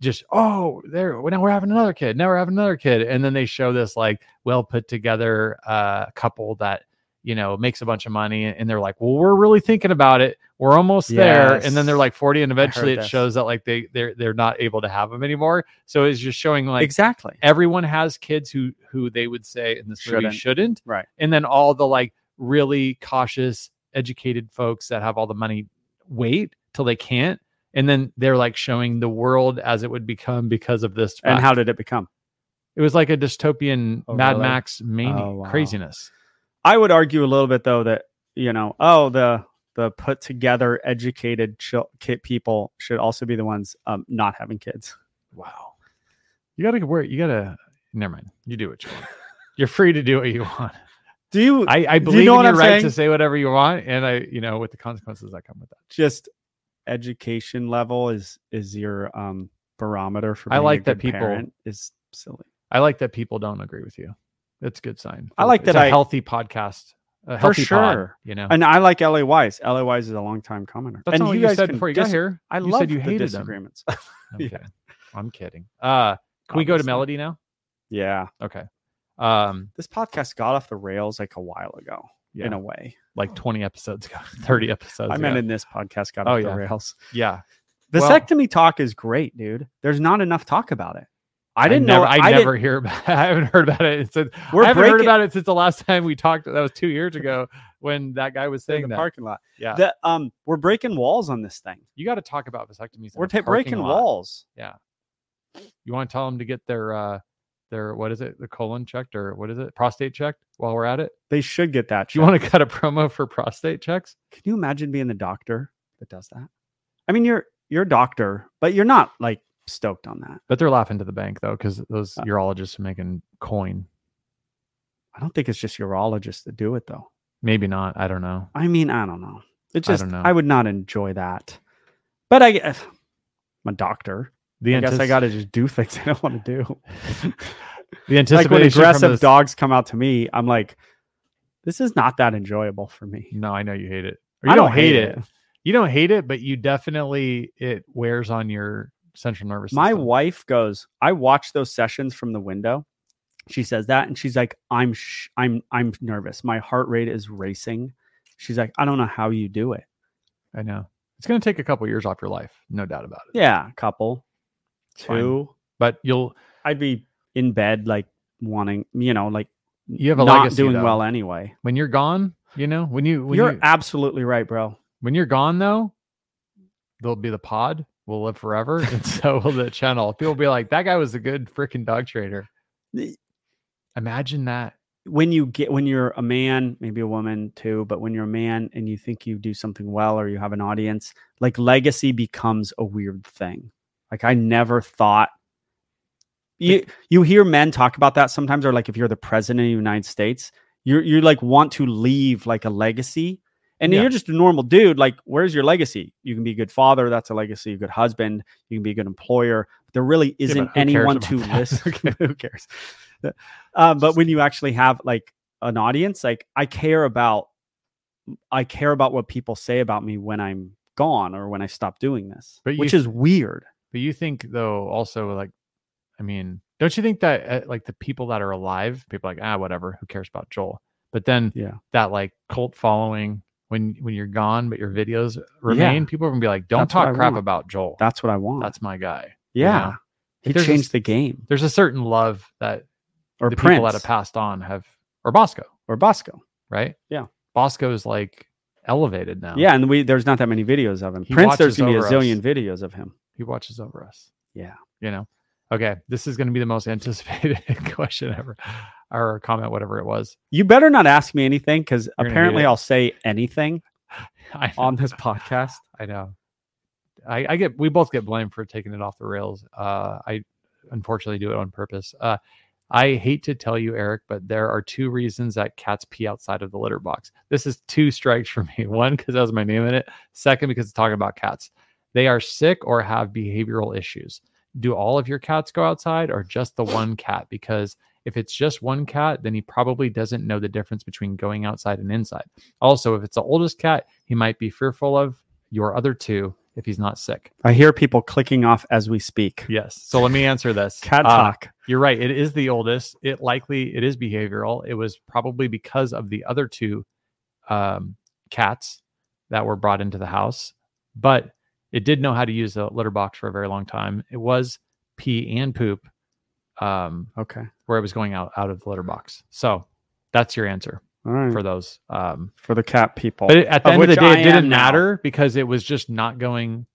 S2: just oh, there well, now we're having another kid, now we're having another kid, and then they show this like well put together uh, couple that you know makes a bunch of money, and they're like, well, we're really thinking about it, we're almost there, and then they're
S1: Yes.
S2: like forty, and eventually it
S1: this.
S2: shows that like they they're they're not able to have them anymore, so it's just showing like
S1: exactly.
S2: everyone has kids who who they would say in this
S1: Shouldn't.
S2: movie shouldn't
S1: Right.
S2: and then all the like really cautious educated folks that have all the money wait till they can't and then they're like showing the world as it would become because of this
S1: And
S2: fact.
S1: how did it become?
S2: it was like a dystopian
S1: Oh,
S2: mad
S1: really?
S2: max mania
S1: Oh, wow.
S2: craziness
S1: I would argue a little bit though that you know, oh, the the put together educated chil- kid people should also be the ones um, not having kids.
S2: wow you gotta work you gotta never mind you do what you want you're free to do what you want
S1: Do you
S2: i, I
S1: know
S2: believe in
S1: what
S2: your
S1: I'm
S2: right
S1: saying?
S2: to say whatever you want and i you know with the consequences that come with that
S1: just education level is is your um barometer for
S2: I
S1: being a
S2: like that
S1: good
S2: people-
S1: parent is silly.
S2: I like that people don't agree with you. It's a good sign.
S1: I like
S2: It's
S1: that
S2: a
S1: I-
S2: healthy podcast. A healthy pod,
S1: sure.
S2: you know.
S1: And I like LA Wise. LA Wise is a long time commenter.
S2: That's
S1: and
S2: not what you, said
S1: can
S2: before you got
S1: dis-
S2: here.
S1: I
S2: you
S1: love
S2: said you
S1: the
S2: hated them.
S1: disagreements.
S2: I'm
S1: Yeah.
S2: kidding. I'm kidding. Uh, can we go to
S1: Obviously.
S2: Melody now?
S1: yeah.
S2: Okay. Um,
S1: This podcast got off the rails like a while ago
S2: yeah,
S1: in a way.
S2: like 20 episodes ago, 30 episodes.
S1: I
S2: ago.
S1: meant in this podcast got
S2: Oh,
S1: off
S2: yeah.
S1: the rails.
S2: yeah.
S1: The
S2: Well-
S1: sectomy talk is great, dude. There's not enough talk about it. I didn't
S2: never,
S1: know.
S2: I,
S1: didn't-
S2: never hear about. I haven't heard about it since.
S1: We're
S2: I haven't heard
S1: breaking-
S2: about it since the last time we talked. That was two years ago when that guy was saying
S1: in the
S2: that.
S1: parking lot.
S2: Yeah,
S1: The, um, we're breaking walls on this thing.
S2: you got to talk about vasectomies. in
S1: We're
S2: a
S1: ta-
S2: parking
S1: breaking
S2: lot.
S1: walls.
S2: You want to tell them to get their uh their what is it? The colon checked or what is it? Prostate checked. While we're at it,
S1: They should get that.
S2: do you want to cut a promo for prostate checks?
S1: Can you imagine being the doctor that does that? I mean, you're you're a doctor, but you're not like stoked on that.
S2: But they're laughing to the bank though, because those
S1: Uh
S2: urologists are making coin.
S1: I don't think it's just urologists that do it though.
S2: Maybe not. I don't know.
S1: I mean, I don't know. It
S2: I
S1: just I,
S2: don't know.
S1: would not enjoy that. But I guess I'm a doctor.
S2: The
S1: I guess I
S2: antici-
S1: got to just do things I don't want to do.
S2: the
S1: like when
S2: anticipation from
S1: aggressive
S2: this-
S1: dogs come out to me, I'm like, this is not that enjoyable for me.
S2: No, I know you hate it. Or
S1: I
S2: you don't, hate, it. You don't hate it, but you definitely it wears on your central nervous
S1: My
S2: system.
S1: wife goes, I watch those sessions from the window. She says that, and she's like, I'm, sh- I'm, I'm nervous. My heart rate is racing. She's like, I don't know how you do it.
S2: I know. It's going to take a couple years off your life, no doubt about it.
S1: Yeah, couple,
S2: It's fine.
S1: two.
S2: But you'll
S1: I'd be in bed, like wanting, you know, like
S2: you have a
S1: not
S2: legacy
S1: doing
S2: though.
S1: well anyway.
S2: when you're gone. You know when you when
S1: You're
S2: you
S1: absolutely right, bro.
S2: when you're gone though, there'll be the pod. We'll live forever, and so will the channel. People will be like, "That guy was a good freaking dog trader."
S1: The-
S2: Imagine that.
S1: When you get, when you're a man, maybe a woman too, but when you're a man and you think you do something well or you have an audience, like legacy becomes a weird thing. Like I never thought. You you hear men talk about that sometimes, or like if you're the president of the United States, you you like want to leave like a legacy, and
S2: Yeah.
S1: you're just a normal dude. Like, where's your legacy? You can be a good father, that's a legacy. A good husband, you can be a good employer. There really
S2: but
S1: isn't
S2: who cares
S1: anyone
S2: about
S1: to
S2: that?
S1: listen. who cares? Um, but when you actually have like an audience, like I care about, I care about what people say about me when I'm gone or when I stop doing this,
S2: But you-
S1: which is weird.
S2: But you think though, also like, I mean, don't you think that uh, like the people that are alive, people are like ah, whatever, who cares about Joel? But then
S1: Yeah.
S2: that like cult following when when you're gone, but your videos remain, people are gonna be like, don't
S1: That's what
S2: talk
S1: I
S2: crap
S1: want.
S2: about Joel.
S1: That's what I want.
S2: That's my guy. you know?
S1: yeah. He
S2: There's
S1: changed
S2: this-
S1: the game.
S2: There's a certain love that
S1: Or
S2: the
S1: Prince
S2: people that have passed on have, or Bosco,
S1: or Bosco.
S2: right?
S1: Yeah.
S2: Bosco is like elevated now.
S1: Yeah, and we there's not that many videos of him.
S2: He
S1: Prince, there's
S2: watches
S1: gonna be a
S2: over us.
S1: zillion videos of him.
S2: he watches over us.
S1: Yeah.
S2: You know, okay, this is going to be the most anticipated question ever or comment, whatever it was.
S1: You better not ask me anything because
S2: gonna need
S1: apparently
S2: it.
S1: I'll say anything
S2: I know.
S1: on this podcast.
S2: I know. I, I get, we both get blamed for taking it off the rails. Uh, I unfortunately do it on purpose. Uh, I hate to tell you, Eric, but there are two reasons that cats pee outside of the litter box. This is two strikes for me. One, because that was my name in it. Second, because it's talking about cats. They are sick or have behavioral issues. Do all of your cats go outside or just the one cat? Because if it's just one cat, then he probably doesn't know the difference between going outside and inside. Also, if it's the oldest cat, he might be fearful of your other two if he's not sick.
S1: I hear people clicking off as we speak.
S2: Yes. So let me answer this.
S1: Cat
S2: Uh,
S1: talk.
S2: You're right. It is the oldest. It likely it is behavioral. It was probably because of the other two um, cats that were brought into the house, but it did know how to use the litter box for a very long time. It was pee and poop um,
S1: Okay.
S2: where it was going out out of the litter box. So that's your answer
S1: All right. For,
S2: for those. Um,
S1: the cat people.
S2: but it, at the
S1: Of
S2: end of the
S1: which
S2: day,
S1: I
S2: it didn't
S1: am now.
S2: matter because it was just not going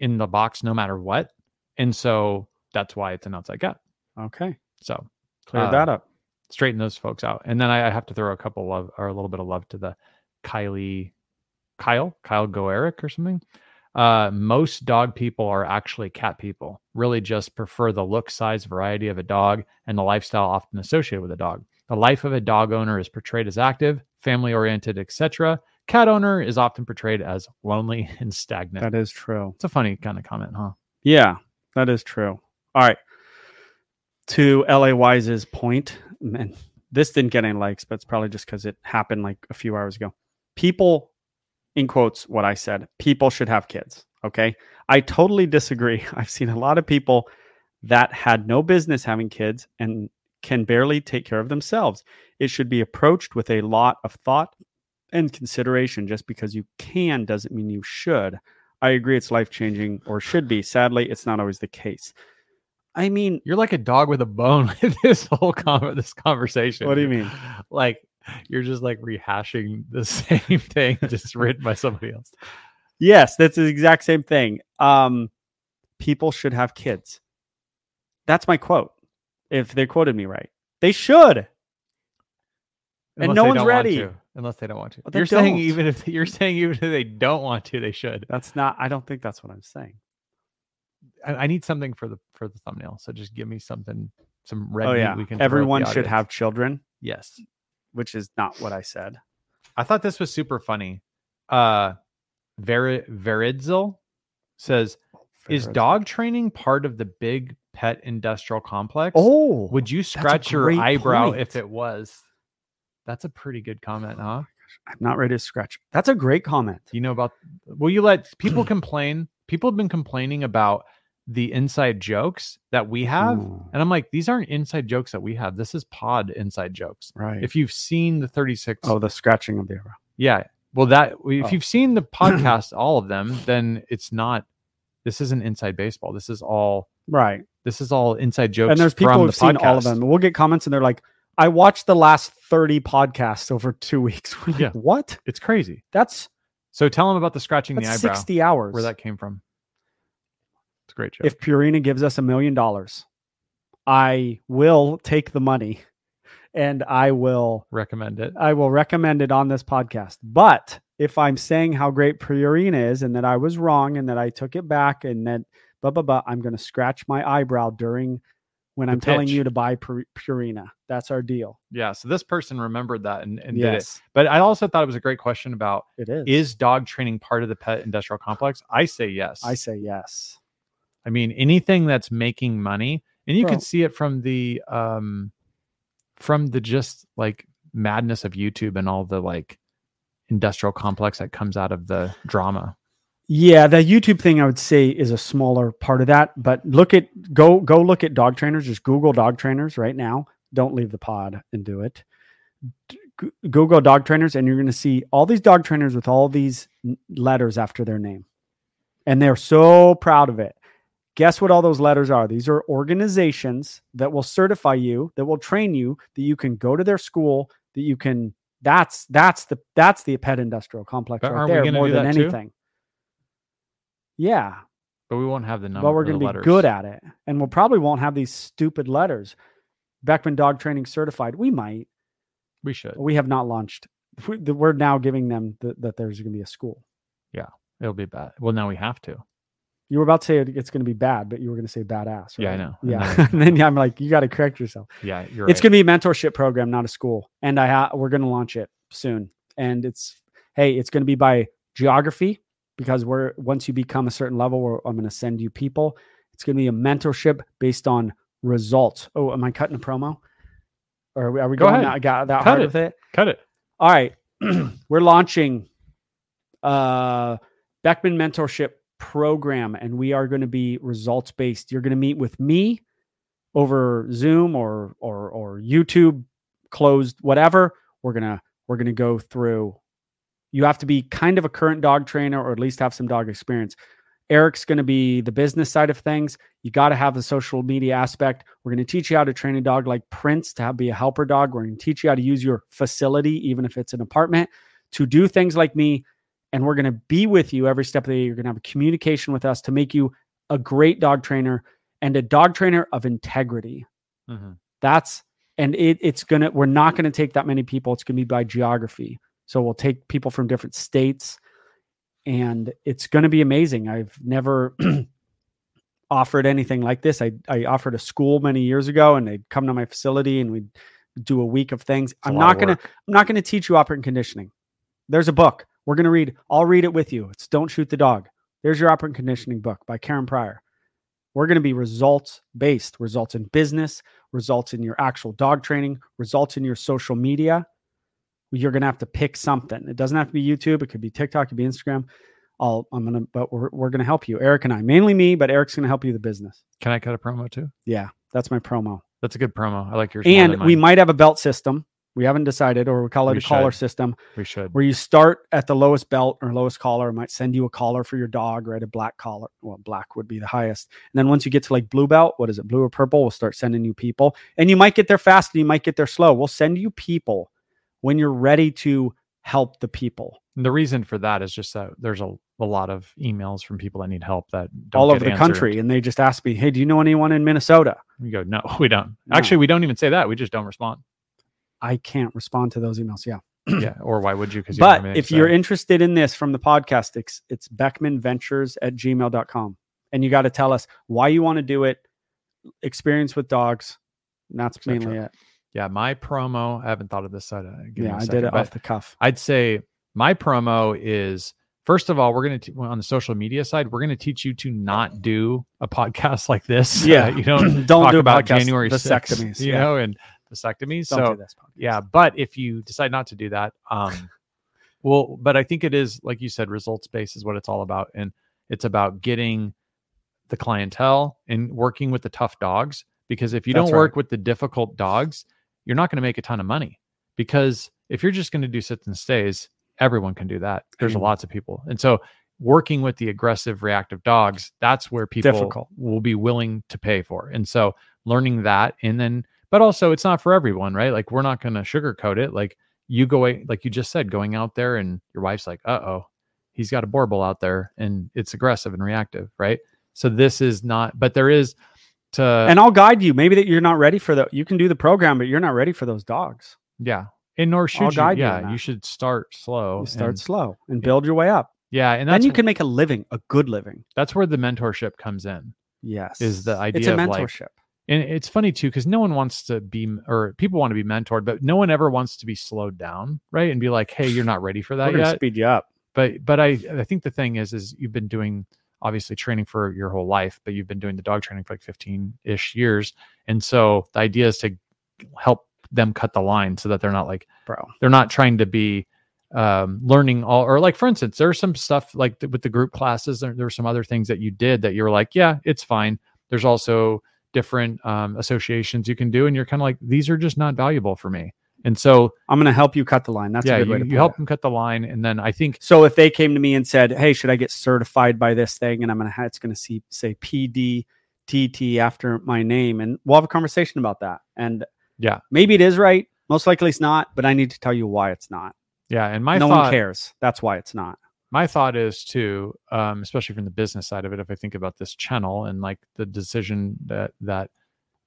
S2: in the box no matter what. And so that's why it's an outside cat.
S1: okay.
S2: So
S1: Clear
S2: uh,
S1: that up.
S2: straighten those folks out. And then I, I have to throw a couple love or a little bit of love to the Kylie, Kyle, Kyle Goeric or something. Uh, most dog people are actually cat people, really just prefer the look, size, variety of a dog and the lifestyle often associated with a dog. The life of a dog owner is portrayed as active, family oriented, etc. Cat owner is often portrayed as lonely and stagnant.
S1: That is true.
S2: It's a funny kind of comment, huh?
S1: Yeah, that is true. All right. To LA Wise's point, and this didn't get any likes, but it's probably just because it happened like a few hours ago. People, in quotes, what I said, people should have kids. Okay. I totally disagree. I've seen a lot of people that had no business having kids and can barely take care of themselves. It should be approached with a lot of thought and consideration. Just because you can doesn't mean you should. I agree it's life changing or should be. Sadly, it's not always the case. I mean,
S2: You're like a dog with a bone with this whole comment, this conversation.
S1: What do you mean?
S2: Like you're just like rehashing the same thing just written by somebody else.
S1: Yes, that's the exact same thing. Um, people should have kids. That's my quote. If they quoted me right, they should. And
S2: Unless
S1: no
S2: they
S1: one's
S2: don't want
S1: ready.
S2: to, unless they don't want to.
S1: But they
S2: You're saying
S1: don't.
S2: even if you're saying even if they don't want to, they should.
S1: That's not. I don't think that's what I'm saying.
S2: I, I need something for the for the thumbnail. So just give me something, some red
S1: oh
S2: meat
S1: yeah,
S2: we can. throw at the
S1: everyone should
S2: audience.
S1: have children,
S2: Yes,
S1: which is not what I said.
S2: I thought this was super funny. Uh, Ver- Veridzil says, "Is dog training part of the big pet industrial complex?
S1: Oh,
S2: would you scratch your
S1: great
S2: eyebrow
S1: point.
S2: if it was?" That's a pretty good comment, huh?
S1: I'm not ready to scratch. That's a great comment.
S2: Do you know about? Will you let people complain? People have been complaining about the inside jokes that we have.
S1: Ooh,
S2: And I'm like, these aren't inside jokes that we have. This is pod inside jokes.
S1: right.
S2: If you've seen the 36,
S1: oh, the scratching of the eyebrow.
S2: yeah. Well, that if
S1: Oh.
S2: you've seen the podcast, all of them, then it's not. This isn't inside baseball. This is all.
S1: Right.
S2: This is all inside jokes.
S1: and there's people
S2: from
S1: who've
S2: the
S1: seen all of
S2: podcast.
S1: them. We'll get comments and they're like, I watched the last 30 podcasts over two weeks. We're like,
S2: Yeah.
S1: What?
S2: It's crazy.
S1: That's,
S2: So tell them about the scratching
S1: that's
S2: the eyebrow,
S1: 60 hours.
S2: where that came from. It's a great joke.
S1: if Purina gives us a million dollars, I will take the money and I will
S2: Recommend it.
S1: I will recommend it on this podcast. But if I'm saying how great Purina is and that I was wrong and that I took it back and that blah blah blah, I'm going to scratch my eyebrow during when I'm telling
S2: pitch.
S1: you to buy Pur- Purina. That's our deal.
S2: Yeah. So this person remembered that and, and did it.
S1: yes,
S2: But I also thought it was a great question about
S1: it is.
S2: is dog training part of the pet industrial complex? I say yes.
S1: I say yes.
S2: I mean, anything that's making money, and you
S1: Bro.
S2: can see it from the um from the just like madness of YouTube and all the like industrial complex that comes out of the drama.
S1: Yeah, the YouTube thing I would say is a smaller part of that, but look at go go look at dog trainers. Just Google dog trainers right now. Don't leave the pod and do it. D- G- Google dog trainers, and you're going to see all these dog trainers with all these n- letters after their name, and they're so proud of it. Guess what? All those letters are. These are organizations that will certify you, that will train you, that you can go to their school, that you can. That's that's the that's the pet industrial complex
S2: But
S1: right
S2: aren't we
S1: there
S2: gonna
S1: more
S2: do
S1: than
S2: that too?
S1: anything. Yeah,
S2: But we won't have the number.
S1: but we're
S2: going to
S1: be good at it, and we'll probably won't have these stupid letters. Beckman Dog Training Certified. We might.
S2: We should.
S1: We have not launched. We- the- We're now giving them th- that there's going to be a school.
S2: It'll be bad. Well, now we have to.
S1: You were about to say it- it's going to be bad, but you were going to say badass. Right?
S2: Yeah, I know. And
S1: Yeah. and then I'm like, you got to correct yourself.
S2: Yeah, you're.
S1: It's
S2: right.
S1: going to be a mentorship program, not a school. And I ha- we're going to launch it soon. And it's hey, it's going to be by geography because we're once you become a certain level, we're, I'm going to send you people. It's going to be a mentorship based on results. Oh, am I cutting a promo? Or are we, are we
S2: Go
S1: going
S2: ahead.
S1: that, got that
S2: Cut
S1: hard
S2: it.
S1: with it?
S2: Cut it.
S1: All right, we're launching uh Beckman mentorship program and we are going to be results based. You're going to meet with me over Zoom or or or YouTube closed whatever. We're going to we're going to go through you have to be kind of a current dog trainer or at least have some dog experience. Eric's going to be the business side of things. You got to have the social media aspect. We're going to teach you how to train a dog like Prince to have, be a helper dog. We're going to teach you how to use your facility, even if it's an apartment, to do things like me. And we're going to be with you every step of the way. You're going to have a communication with us to make you a great dog trainer and a dog trainer of integrity. Mm-hmm.
S2: Mhm.
S1: That's and it, it's gonna we're not gonna take that many people. It's gonna be by geography. So we'll take people from different states, and it's gonna be amazing. I've never offered anything like this. I I offered a school many years ago, and they'd come to my facility and we'd do a week of things.
S2: a
S1: I'm
S2: lot of
S1: not gonna
S2: work.
S1: I'm not gonna teach you operant conditioning. There's a book. We're going to read, I'll read it with you. It's Don't Shoot the Dog. There's your Opera and Conditioning book by Karen Pryor. We're going to be results based, results in business, results in your actual dog training, results in your social media. You're going to have to pick something. It doesn't have to be YouTube. It could be TikTok, it could be Instagram. I'll, I'm going to, but we're, we're going to help you, Eric and I, mainly me, but Eric's going to help you with the business.
S2: Can I cut a promo too?
S1: Yeah, that's my promo.
S2: That's a good promo. I like yours. more
S1: And
S2: than
S1: we
S2: mine.
S1: might have a belt system. We haven't decided, or we call it
S2: We
S1: a collar
S2: should.
S1: system
S2: we should.
S1: where you start at the lowest belt or lowest collar. It might send you a collar for your dog, right? A black collar. Well, black would be the highest. And then once you get to like blue belt, what is it, blue or purple? We'll start sending you people. And you might get there fast and you might get there slow. We'll send you people when you're ready to help the people.
S2: And the reason for that is just that there's a, a lot of emails from people that need help that don't
S1: all
S2: get
S1: over the
S2: answered.
S1: country. And they just asked me, Hey, do you know anyone in Minnesota?
S2: We go, no, we don't.
S1: No.
S2: Actually, we don't even say that. We just don't respond.
S1: I can't respond to those emails. Yeah.
S2: yeah. Or why would you? Because
S1: but if you're interested in this from the podcast, it's, it's beckmanventures at gmail.com. And you got to tell us why you want to do it, experience with dogs. And that's
S2: cetera.
S1: mainly it.
S2: yeah, my promo. I haven't thought of this. So uh, give me
S1: yeah,
S2: a
S1: I
S2: second,
S1: did it
S2: but
S1: off the cuff.
S2: I'd say my promo is first of all, we're gonna te- on the social media side, we're gonna teach you to not do a podcast like this. so
S1: Yeah.
S2: that you don't
S1: Don't
S2: talk
S1: do
S2: about
S1: podcast
S2: January
S1: vasectomies.
S2: vasectomies, you
S1: Yeah.
S2: know, and vasectomies.
S1: Don't
S2: so
S1: do this. Podcast.
S2: yeah but if you decide not to do that um well but i think it is like you said results based is what it's all about and it's about getting the clientele and working with the tough dogs because if you
S1: That's
S2: don't work with the difficult dogs you're not going to make a ton of money because if you're just going to do sits and stays everyone can do that there's
S1: Mhm.
S2: lots of people and so working with the aggressive reactive dogs that's where people
S1: Difficult.
S2: will be willing to pay for and so learning that and then but also it's not for everyone right like we're not going to sugarcoat it like you go like you just said going out there and your wife's like uh-oh he's got a barbell out there and it's aggressive and reactive right so this is not but there is to
S1: and I'll guide you. Maybe that you're not ready for the, you can do the program, but you're not ready for those dogs.
S2: yeah and nor should you,
S1: guide you on
S2: yeah
S1: that.
S2: you, should start slow
S1: You start
S2: and-
S1: slow and build your way up.
S2: yeah and
S1: Then
S2: that's
S1: you can make a living, a good living.
S2: that's where the mentorship comes in
S1: Yes.
S2: the
S1: It's a
S2: idea of, like,
S1: mentorship.
S2: and it's funny too because no one wants to be or people want to be mentored but no one ever wants to be slowed down right and be like hey you're not ready for
S1: We're
S2: that
S1: going to
S2: yet
S1: speed you up.
S2: but but i i think the thing is is you've been doing obviously training for your whole life but you've been doing the dog training for like 15-ish years and so the idea is to help them cut the line so that they're not like
S1: Bro.
S2: they're not trying to be um, learning all or like for instance there's some stuff like th- with the group classes there, there were some other things that you did that you were like yeah it's fine there's also different um, associations you can do and you're kind of like these are just not valuable for me and so
S1: I'm going to help you cut the line. That's
S2: yeah
S1: a good
S2: you,
S1: way to
S2: you
S1: put
S2: help
S1: it.
S2: them cut the line and then i think
S1: So if they came to me and said, "Hey, should I get certified by this thing?" and I'm gonna ha- it's gonna see, say PDTT after my name, and we'll have a conversation about that. And
S2: Yeah.
S1: maybe it is right. Most likely it's not, but I need to tell you why it's not.
S2: yeah and my
S1: no
S2: thought
S1: one cares. That's why it's not.
S2: my thought is too, um, especially from the business side of it, if I think about this channel and like the decision that that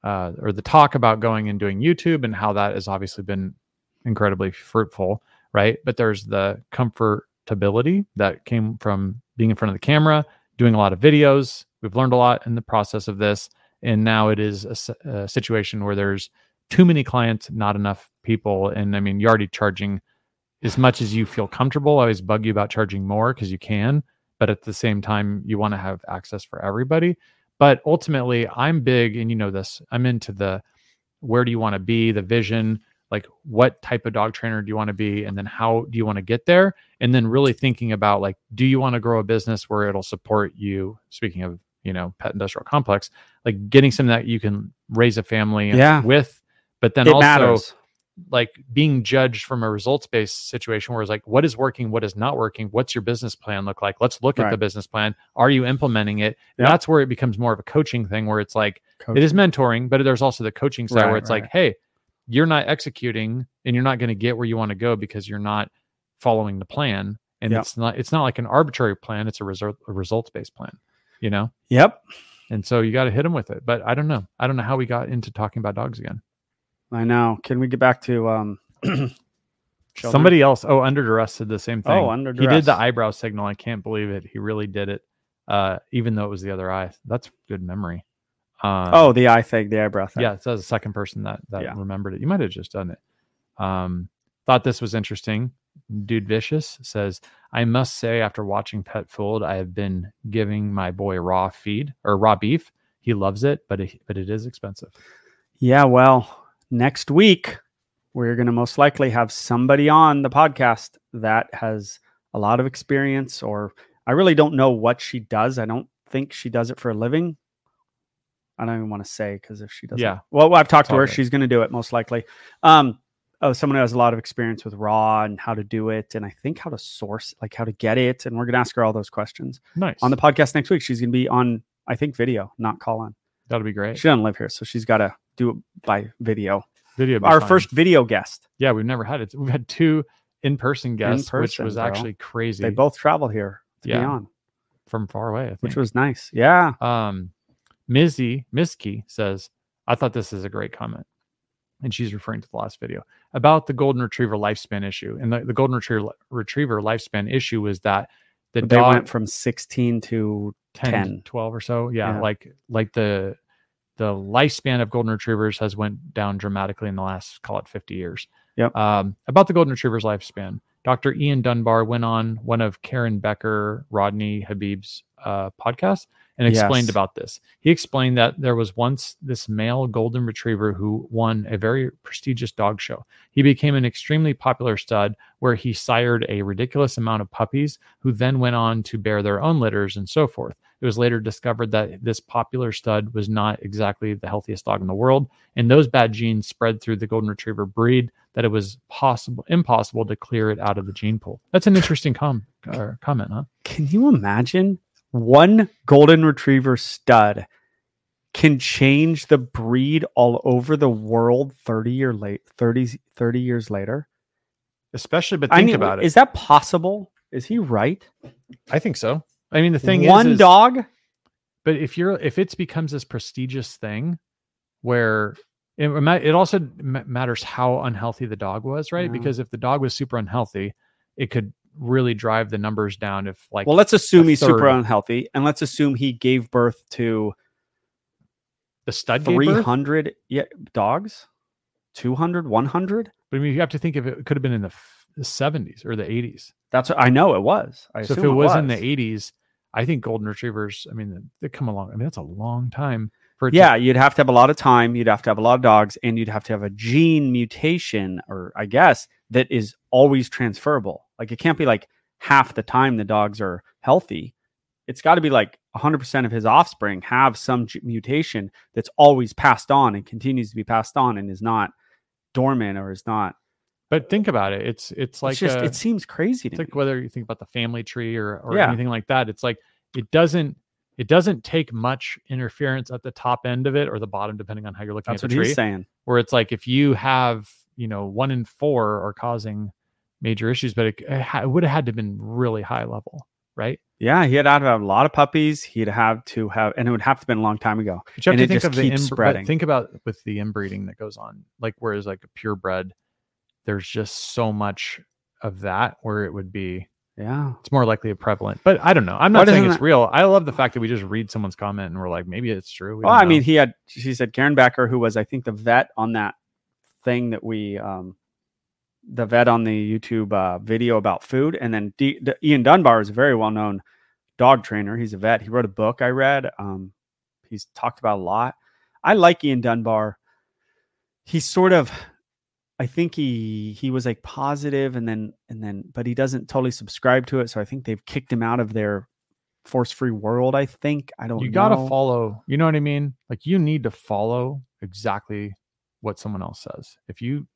S2: uh, or the talk about going and doing YouTube and how that has obviously been incredibly fruitful, right? But there's the comfortability that came from being in front of the camera, doing a lot of videos. We've learned a lot in the process of this, and now it is a, s- a situation where there's too many clients, not enough people, and I mean, you're already charging as much as you feel comfortable. I always bug you about charging more because you can, but at the same time, you want to have access for everybody. But ultimately, I'm big, and you know this. I'm into the where do you want to be, the vision, like what type of dog trainer do you want to be, and then how do you want to get there, and then really thinking about like, do you want to grow a business where it'll support you? Speaking of you know pet industrial complex, like getting something that you can raise a family
S1: Yeah.
S2: with, but then
S1: it
S2: also
S1: matters.
S2: like being judged from a results based situation where it's like what is working what is not working what's your business plan look like let's look at
S1: Right.
S2: the business plan are you implementing it
S1: Yeah.
S2: that's where it becomes more of a coaching thing where it's like
S1: Coach.
S2: it is mentoring but there's also the coaching side
S1: Right,
S2: where it's
S1: right,
S2: like hey you're not executing and you're not going to get where you want to go because you're not following the plan and
S1: Yeah.
S2: it's not it's not like an arbitrary plan it's a, result a results based plan you know
S1: Yep.
S2: and so you got to hit them with it but i don't know i don't know how we got into talking about dogs again
S1: I know. Can we get back to um? children?
S2: Somebody else, oh, under duress did the same thing.
S1: Oh, under
S2: He did
S1: duress.
S2: the eyebrow signal. I can't believe it. He really did it. Uh, even though it was the other eye. That's good memory. Um,
S1: Oh, the eye thing, the eyebrow thing.
S2: yeah. So that was the second person that that
S1: Yeah.
S2: remembered it. You might have just done it. Um, Thought this was interesting. Dude Vicious says, I must say, after watching Pet Fooled, I have been giving my boy raw feed or raw beef. He loves it, but it, but it is expensive.
S1: Yeah, well, next week we're going to most likely have somebody on the podcast that has a lot of experience, or I really don't know what she does. I don't think she does it for a living. I don't even want to say because if she doesn't,
S2: Yeah.
S1: Well, I've talked to her.
S2: Totally.
S1: She's going to do it most likely. Um, oh, someone who has a lot of experience with raw and how to do it, and I think how to source, like how to get it. And we're going to ask her all those questions
S2: Nice.
S1: on the podcast next week. She's going to be on, I think, video, not call on.
S2: That'll be great.
S1: She doesn't live here, so she's got to do it by video.
S2: Video. would be
S1: Our
S2: fun.
S1: first video guest.
S2: Yeah, we've never had it. We've had two in-person guests, which
S1: person,
S2: was
S1: bro.
S2: actually crazy.
S1: They both traveled here to be
S2: Yeah.
S1: on,
S2: from far away, I think.
S1: which was nice. Yeah.
S2: um Mizzy Miski says, I thought this is a great comment. And she's referring to the last video about the golden retriever lifespan issue. And the, the golden retriever retriever lifespan issue was that the
S1: But they
S2: dog
S1: went from 16 to
S2: 10,
S1: 10.
S2: 12 or so. Yeah,
S1: Yeah.
S2: Like like the the lifespan of golden retrievers has went down dramatically in the last call it 50 years.
S1: Yep.
S2: Um, about the golden retriever's lifespan. Dr. Ian Dunbar went on one of Karen Becker, Rodney Habib's uh, podcast and explained
S1: Yes.
S2: about this. He explained that there was once this male golden retriever who won a very prestigious dog show. He became an extremely popular stud where he sired a ridiculous amount of puppies who then went on to bear their own litters and so forth. It was later discovered that this popular stud was not exactly the healthiest dog in the world, and those bad genes spread through the golden retriever breed that it was possible impossible to clear it out of the gene pool. That's an interesting com- or comment, huh?
S1: Can you imagine one golden retriever stud can change the breed all over the world 30 year late 30 30 years later?
S2: Especially, but
S1: I mean, Is that possible? Is he right?
S2: I think so. I mean, the thing
S1: one
S2: is, is-
S1: dog
S2: but if you're if it becomes this prestigious thing where it, ma- it also ma- matters how unhealthy the dog was right
S1: Yeah.
S2: because if the dog was super unhealthy it could really drive the numbers down if like
S1: well, let's assume he's super
S2: third.
S1: unhealthy, and let's assume he gave birth to
S2: the stud gave
S1: three
S2: birth.
S1: hundred yeah, dogs, 200, 100.
S2: but i mean you have to think if it could have been in the f- the 70s or the 80s
S1: That's what I know it was. I
S2: so if
S1: assume
S2: it was, in the
S1: was.
S2: 80s i think golden retrievers i mean they come along i mean that's a long time for it to-
S1: yeah, you'd have to have a lot of time. You'd have to have a lot of dogs, and you'd have to have a gene mutation, or I guess that is always transferable. Like it can't be like half the time the dogs are healthy. It's got to be like 100% of his offspring have some g- mutation that's always passed on and continues to be passed on and is not dormant or is not.
S2: but think about it it's it's like
S1: it's just
S2: uh,
S1: it seems crazy to
S2: it's
S1: me.
S2: like whether you think about the family tree or or
S1: Yeah.
S2: anything like that it's like it doesn't it doesn't take much interference at the top end of it or the bottom depending on how you're looking
S1: That's
S2: at
S1: what
S2: the tree
S1: he's saying.
S2: where it's like if you have you know one in four are causing major issues but it, it, ha- it would have had to have been really high level right
S1: Yeah, he'd have to have a lot of puppies. He'd have to have, and it would have to have been a long time ago.
S2: but you have
S1: And
S2: to
S1: it
S2: think
S1: just
S2: of the
S1: keeps
S2: inbr- but
S1: spreading.
S2: think about with the inbreeding that goes on like whereas like a purebred there's just so much of that where it would be
S1: Yeah.
S2: it's more likely prevalent. But I don't know. I'm
S1: Why
S2: not saying
S1: doesn't
S2: it's
S1: that-
S2: real. I love the fact that we just read someone's comment and we're like, maybe it's true. We
S1: Well,
S2: don't
S1: I mean,
S2: know.
S1: he had. She said Karen Becker, who was, I think, the vet on that thing that we, um, the vet on the YouTube uh, video about food, and then D, D, Ian Dunbar is a very well-known dog trainer. He's a vet. He wrote a book I read. Um, he's talked about a lot. I like Ian Dunbar. He's sort of, I think he he was like positive, and then and then, but he doesn't totally subscribe to it. So I think they've kicked him out of their force-free world. I think I don't.
S2: you got to
S1: know.
S2: follow. You know what I mean? Like you need to follow exactly what someone else says. If you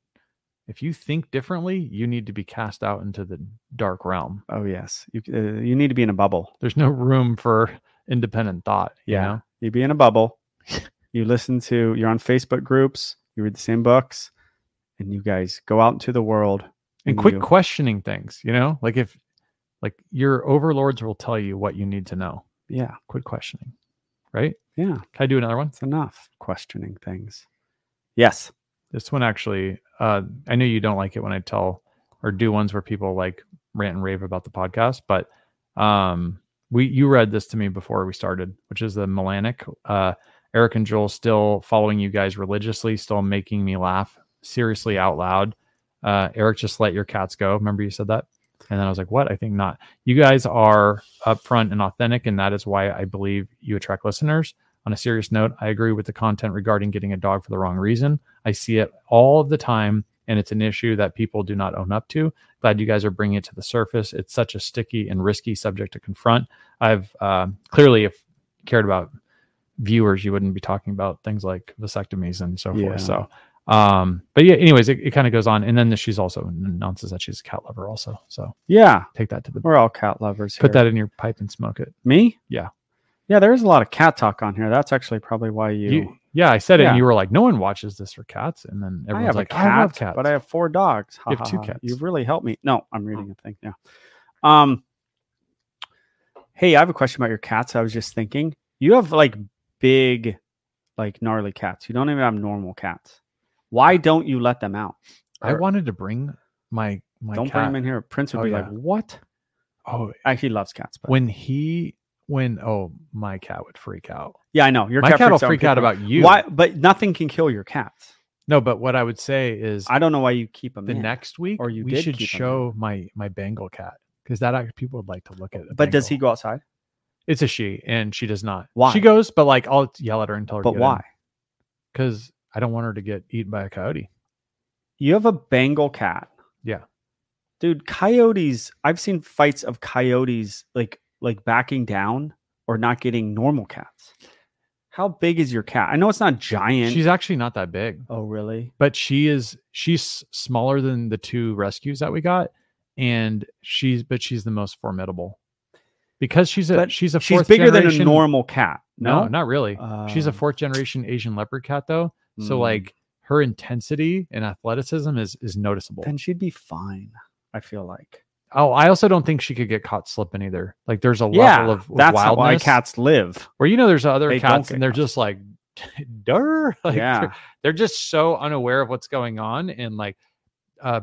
S2: if you think differently, you need to be cast out into the dark realm.
S1: Oh yes, you c- uh, you need to be in a bubble.
S2: There's no room for independent thought. You
S1: Yeah.
S2: know?
S1: You be in a bubble. you listen to. You're on Facebook groups. You read the same books, and you guys go out into the world
S2: and quit
S1: you-
S2: questioning things. You know, like if like your overlords will tell you what you need to know.
S1: Yeah,
S2: Quit questioning. Right?
S1: yeah.
S2: Can I do another one?
S1: It's enough questioning things. Yes.
S2: this one actually uh i know you don't like it when i tell or do ones where people like rant and rave about the podcast but um we you read this to me before we started which is the melanic uh eric and joel still following you guys religiously still making me laugh seriously out loud uh, Eric, just let your cats go. Remember you said that? And then I was like, what? I think not. You guys are upfront and authentic, and that is why I believe you attract listeners. On a serious note, I agree with the content regarding getting a dog for the wrong reason. I see it all of the time, and it's an issue that people do not own up to. Glad you guys are bringing it to the surface. It's such a sticky and risky subject to confront. I've uh, clearly, if you cared about viewers, you wouldn't be talking about things like vasectomies and so
S1: Yeah.
S2: forth. So, um, but yeah, anyways, it, it kind of goes on. And then she's also announces that she's a cat lover, also. So
S1: Yeah,
S2: take that to the
S1: we're all cat lovers.
S2: put
S1: here.
S2: that in your pipe and smoke it.
S1: me.
S2: Yeah.
S1: yeah. There is a lot of cat talk on here. That's actually probably why you.
S2: You, yeah, I said it,
S1: Yeah.
S2: and you were like, "No one watches this for cats," and then
S1: I
S2: everyone's
S1: have
S2: like,
S1: a cat,
S2: "I love cats,"
S1: but I have four dogs. Ha,
S2: You have
S1: ha,
S2: two
S1: ha.
S2: cats. Oh.
S1: You've really helped me. No, I'm reading a thing now. Um, hey, I have a question about your cats. I was just thinking, you have like big, like gnarly cats. You don't even have normal cats. Why don't you let them out?
S2: I wanted to bring my my
S1: don't
S2: cat.
S1: bring them in here. Prince would
S2: Oh,
S1: be
S2: yeah.
S1: like, "What?"
S2: Oh,
S1: I, he loves cats, but
S2: when he when oh my cat would freak out.
S1: yeah, I know your
S2: my
S1: cat,
S2: cat will
S1: freaks when
S2: freak out
S1: people-
S2: about you.
S1: Why? But nothing can kill your cats.
S2: No, but what I would say is
S1: I don't know why you keep them.
S2: the
S1: in.
S2: next week
S1: Or you
S2: we
S1: did
S2: should
S1: keep 'em in.
S2: show my my Bengal cat because that act- people would like to look at. a
S1: But does he
S2: Bengal.
S1: go outside?
S2: It's a she, and she does not.
S1: Why?
S2: she goes? But like, I'll yell at her and tell her.
S1: But why?
S2: Because I don't want her to get eaten by a coyote.
S1: You have a Bengal cat.
S2: Yeah.
S1: Dude, coyotes, I've seen fights of coyotes like like backing down or not getting normal cats. How big is your cat? I know it's not giant.
S2: She's actually not that big.
S1: oh really?
S2: but she is she's smaller than the two rescues that we got and she's but she's the most formidable because she's a
S1: But
S2: she's a
S1: She's
S2: fourth
S1: bigger than a
S2: generation-
S1: normal cat.
S2: no,
S1: No,
S2: not really she's a
S1: Um,
S2: fourth generation asian leopard cat though so
S1: mm,
S2: like her intensity and athleticism is is noticeable
S1: then she'd be fine, I feel like.
S2: oh i also don't think she could get caught slipping either like there's a
S1: yeah,
S2: level of, of
S1: that's how-
S2: wildness
S1: why cats live.
S2: where you know there's other
S1: They don't
S2: cats
S1: get
S2: and they're
S1: caught.
S2: just like durr like
S1: yeah.
S2: they're- they're just so unaware of what's going on and like uh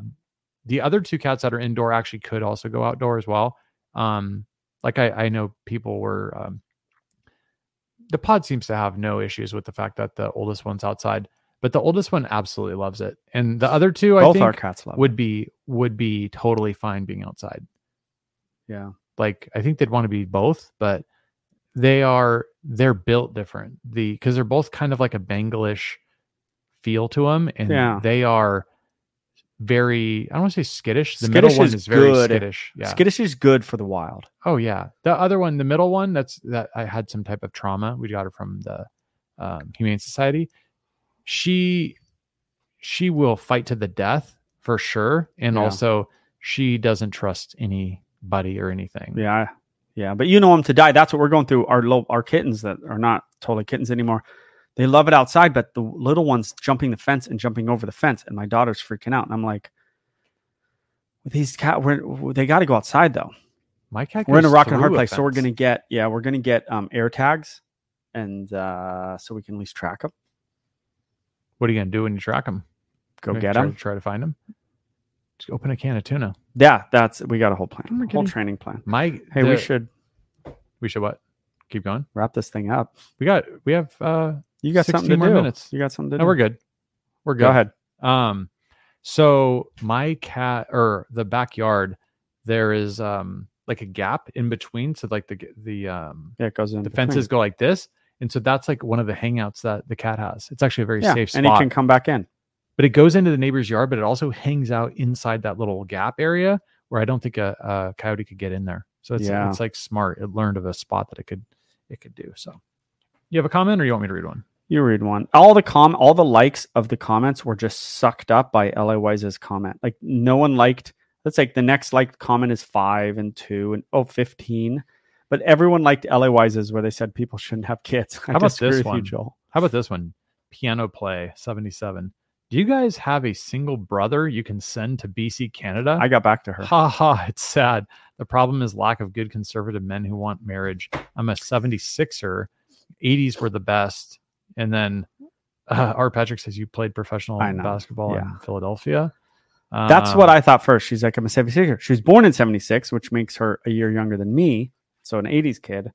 S2: the other two cats that are indoor actually could also go outdoor as well um like i i know people were um the pod seems to have no issues with the fact that the oldest one's outside but the oldest one absolutely loves it and the other two i
S1: Both
S2: think
S1: our cats love. it.
S2: would be would be totally fine being outside
S1: yeah.
S2: like I think they'd want to be both, but they are they're built different. The because they're both kind of like a Bengalish feel to them, and
S1: Yeah.
S2: they are very I don't want to say skittish. The
S1: Skittish
S2: middle one
S1: is
S2: is, very
S1: good.
S2: skittish. Yeah.
S1: Skittish is good for the wild.
S2: oh yeah. The other one, the middle one, that's that I had some type of trauma. We got her from the um, Humane Society. She she will fight to the death for sure, and
S1: Yeah.
S2: also she doesn't trust anybody or anything.
S1: Yeah, I- yeah, but you know them to die. That's what we're going through. Our little our kittens that are not totally kittens anymore. They love it outside, but the little ones jumping the fence and jumping over the fence, and my daughter's freaking out. And I'm like, these cat, we're, they got to go outside though.
S2: My cat.
S1: We're in a
S2: goes
S1: rock and hard
S2: through
S1: place, so we're
S2: fence.
S1: gonna get yeah, we're gonna get um air tags, and uh so we can at least track them.
S2: What are you gonna do when you track them?
S1: Go get them.
S2: Try to find them. Just open a can of tuna.
S1: Yeah, that's we got a whole
S2: Oh my
S1: plan, whole
S2: goodness.
S1: training plan.
S2: My
S1: Hey, we
S2: the-
S1: should
S2: we should what? Keep going.
S1: wrap this thing up.
S2: We got we have uh
S1: You got
S2: 16
S1: something to
S2: more
S1: do.
S2: minutes.
S1: You got something to
S2: no
S1: do.
S2: we're good. We're good.
S1: Go ahead.
S2: Um, so my cat or the backyard, there is um like a gap in between. So like the the um
S1: Yeah, it goes in.
S2: the
S1: between.
S2: fences go like this. And so that's like one of the hangouts that the cat has. It's actually a very safe spot.
S1: and he can come back in.
S2: but it goes into the neighbor's yard, but it also hangs out inside that little gap area where I don't think a, a coyote could get in there. So it's
S1: Yeah.
S2: it's like smart. It learned of a spot that it could it could do. So you have a comment or you want me to read one?
S1: You read one. All the com, all the likes of the comments were just sucked up by La Wise's comment. Like no one liked. That's like the next liked comment is five and two and oh 15. but everyone liked La Wise's where they said people shouldn't have kids. I
S2: How about
S1: disagree
S2: this
S1: with you,
S2: one?
S1: Joel.
S2: How about this one? Piano play 77. Do you guys have a single brother you can send to BC Canada?
S1: I got back to her.
S2: Ha ha, it's sad. The problem is lack of good conservative men who want marriage. I'm a 76er. 80s were the best. And then uh, R. Patrick says you played professional
S1: I know,
S2: basketball
S1: yeah.
S2: in Philadelphia.
S1: That's what
S2: Um,
S1: I thought first. She's like, I'm a 76er. She was born in 76, which makes her a year younger than me. So an 80s kid.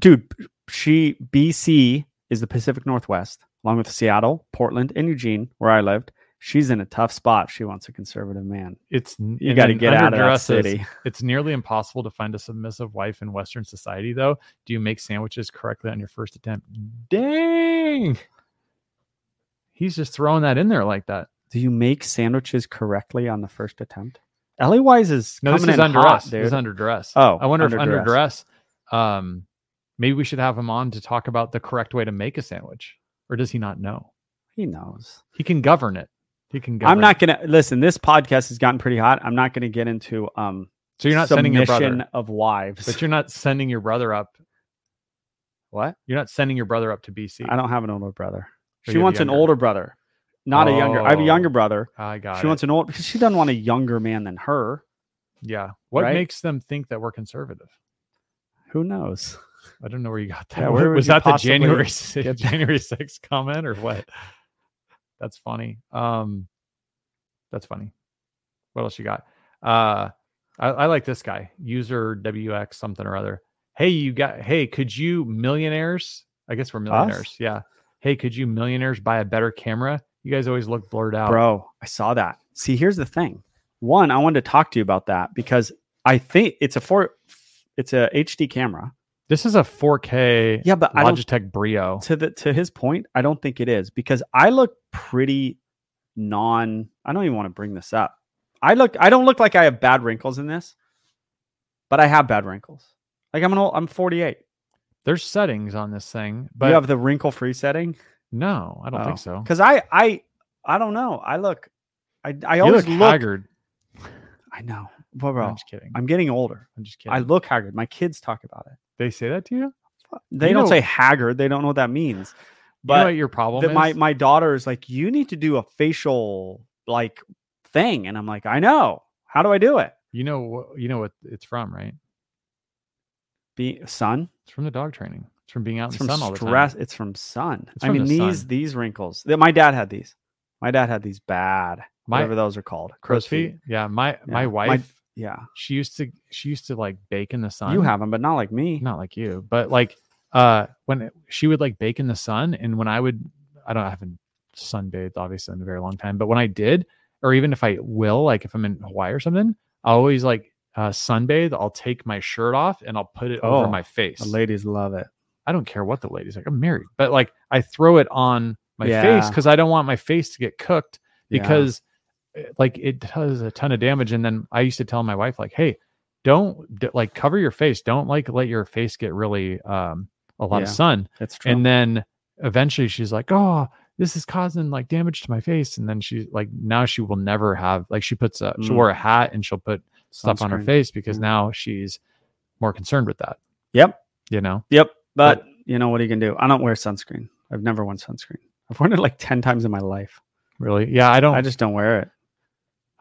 S1: Dude, she, BC is the Pacific Northwest, along with Seattle, Portland, and Eugene, where I lived. she's in a tough spot. She wants a conservative man.
S2: It's
S1: You got to get out of that city.
S2: It's nearly impossible to find a submissive wife in Western society, though. Do you make sandwiches correctly on your first attempt? Dang. He's just throwing that in there like that.
S1: Do you make sandwiches correctly on the first attempt? Ellie Wise is
S2: No,
S1: coming
S2: this is
S1: in
S2: under
S1: hot,
S2: us.
S1: dude.
S2: This is under duress.
S1: Oh,
S2: I wonder if
S1: under
S2: under duress, um, maybe we should have him on to talk about the correct way to make a sandwich, or does he not know?
S1: he knows.
S2: He can govern it. He can. Govern
S1: I'm not
S2: It.
S1: gonna listen. This podcast has gotten pretty hot. I'm not gonna get into um.
S2: So you're not sending your
S1: submission
S2: brother,
S1: of wives.
S2: but you're not sending your brother up.
S1: what?
S2: You're not sending your brother up to BC.
S1: I don't have an older brother. She
S2: So you have
S1: wants an
S2: younger.
S1: older brother, not a younger. I have a
S2: Oh.
S1: younger brother.
S2: I got
S1: she
S2: it.
S1: wants an old. She doesn't want a younger man than her.
S2: yeah. What
S1: right?
S2: makes them think that we're conservative?
S1: Who knows?
S2: I don't know where you got that.
S1: Yeah,
S2: What-
S1: where would
S2: was
S1: you
S2: that the
S1: possibly
S2: January
S1: get that?
S2: January 6th comment or what? That's funny. Um, that's funny. What else you got? Uh, I, I like this guy, user WX something or other. Hey, you got. Hey, could you millionaires? I guess we're millionaires. Yeah. Hey, could you millionaires buy a better camera? You guys always look blurred out.
S1: Bro, I saw that. See, here's the thing. One, I wanted to talk to you about that because I think it's a four, it's a HD camera.
S2: This is a 4K
S1: Yeah, but I don't,
S2: Logitech Brio.
S1: to the to his point, I don't think it is because I look pretty non. I don't even want to bring this up. I look. I don't look like I have bad wrinkles in this, but I have bad wrinkles. Like I'm an old. I'm 48.
S2: There's settings on this thing, but
S1: you have the wrinkle free setting.
S2: no, I don't
S1: Oh,
S2: think so.
S1: Because I I I don't know. I look. I I
S2: you
S1: always
S2: look,
S1: look.
S2: haggard.
S1: I know, Well,
S2: No,
S1: bro.
S2: I'm just kidding.
S1: I'm getting older.
S2: I'm just kidding.
S1: I look haggard. My kids talk about it.
S2: they say that to you. You
S1: They
S2: You
S1: don't
S2: know-
S1: say haggard. They don't know what that means.
S2: know
S1: But
S2: what your problem
S1: that
S2: is?
S1: my my daughter is like, you need to do a facial like thing, and I'm like, I know. How do I do it?
S2: you know what you know what it's from, right?
S1: Be sun.
S2: It's from the dog training. It's from being out
S1: It's from
S2: in the sun all the
S1: stress.
S2: time.
S1: It's from sun.
S2: It's
S1: I
S2: from
S1: mean
S2: the
S1: these
S2: sun.
S1: these wrinkles. That my dad had these. My dad had these bad
S2: My
S1: whatever those are called.
S2: crow's feet. Yeah, my
S1: Yeah. My-
S2: my wife.
S1: Yeah,
S2: she used to she used to like bake in the sun.
S1: you have them, but not like me.
S2: not like you, but like uh when it- she would like bake in the sun, and when I would, I don't I haven't sunbathed obviously in a very long time, but when I did, or even if I will, like if I'm in Hawaii or something, I always like uh sunbathe. I'll take my shirt off and I'll put it over
S1: Oh,
S2: my face.
S1: The ladies love it.
S2: I don't care what the lady's like. I'm married, but like I throw it on my face
S1: Yeah.
S2: because I don't want my face to get cooked
S1: Yeah.
S2: because eh, like it does a ton of damage. And then I used to tell my wife like, "Hey, don't d- like cover your face. Don't like let your face get really um a lot of
S1: Yeah.
S2: sun."
S1: that's true.
S2: And then eventually she's like, "Oh, this is causing like damage to my face." And then she like now she will never have like she puts a she
S1: Mm.
S2: wore a hat and she'll put stuff on her
S1: Sunscreen.
S2: face because
S1: Mm.
S2: now she's more concerned with that.
S1: Yep.
S2: You know.
S1: Yep. But,
S2: But-
S1: you know what you can do? I don't wear sunscreen. I've never worn sunscreen. I've worn it like 10 times in my life.
S2: Really? Yeah, I don't.
S1: I just don't wear it.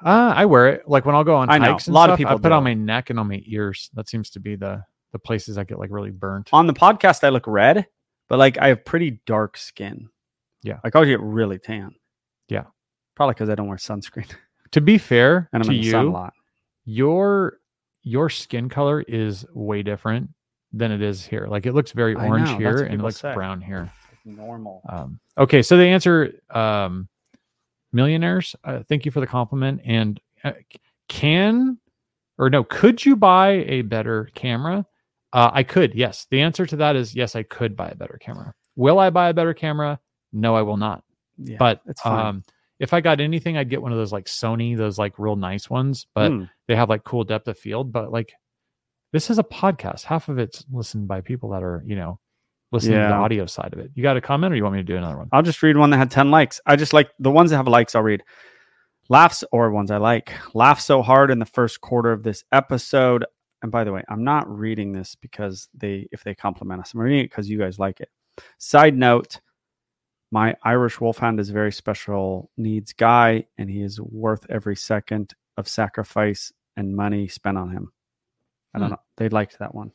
S2: Uh, I wear it like when I'll go on
S1: I know.
S2: hikes. and
S1: A lot of
S2: stuff,
S1: people
S2: I put
S1: do.
S2: it on my neck and on my ears. That seems to be the the places I get like really burnt.
S1: On the podcast, I look red, but like I have pretty dark skin.
S2: Yeah.
S1: Like I always get really tan.
S2: Yeah.
S1: Probably because I don't wear sunscreen
S2: To be fair
S1: and I'm
S2: to
S1: in the sun a
S2: you,
S1: lot.
S2: your your skin color is way different than it is here. Like it looks very
S1: I
S2: orange
S1: know, that's
S2: here
S1: what
S2: and it
S1: people
S2: looks
S1: say.
S2: brown here.
S1: Normal.
S2: Um, okay, so the answer, um, millionaires. Uh, thank you for the compliment. And uh, c- can or no, could you buy a better camera? Uh, I could. Yes, the answer to that is yes. I could buy a better camera. Will I buy a better camera? No, I will not.
S1: Yeah,
S2: but
S1: it's fine.
S2: um, if I got anything, I'd get one of those like Sony, those like real nice ones. But
S1: Mm,
S2: they have like cool depth of field. But like, this is a podcast. Half of it's listened by people that are you know listening to the
S1: Yeah.
S2: audio side of it. You got a comment, or you want me to do another one?
S1: I'll just read one that had 10 likes. I just like the ones that have likes, I'll read. Laughs or ones I like. Laugh so hard in the first quarter of this episode. And by the way, I'm not reading this because they if they compliment us. I'm reading it because you guys like it. Side note, my Irish wolfhound is a very special needs guy, and he is worth every second of sacrifice and money spent on him. I don't
S2: Hmm.
S1: know. They liked that one.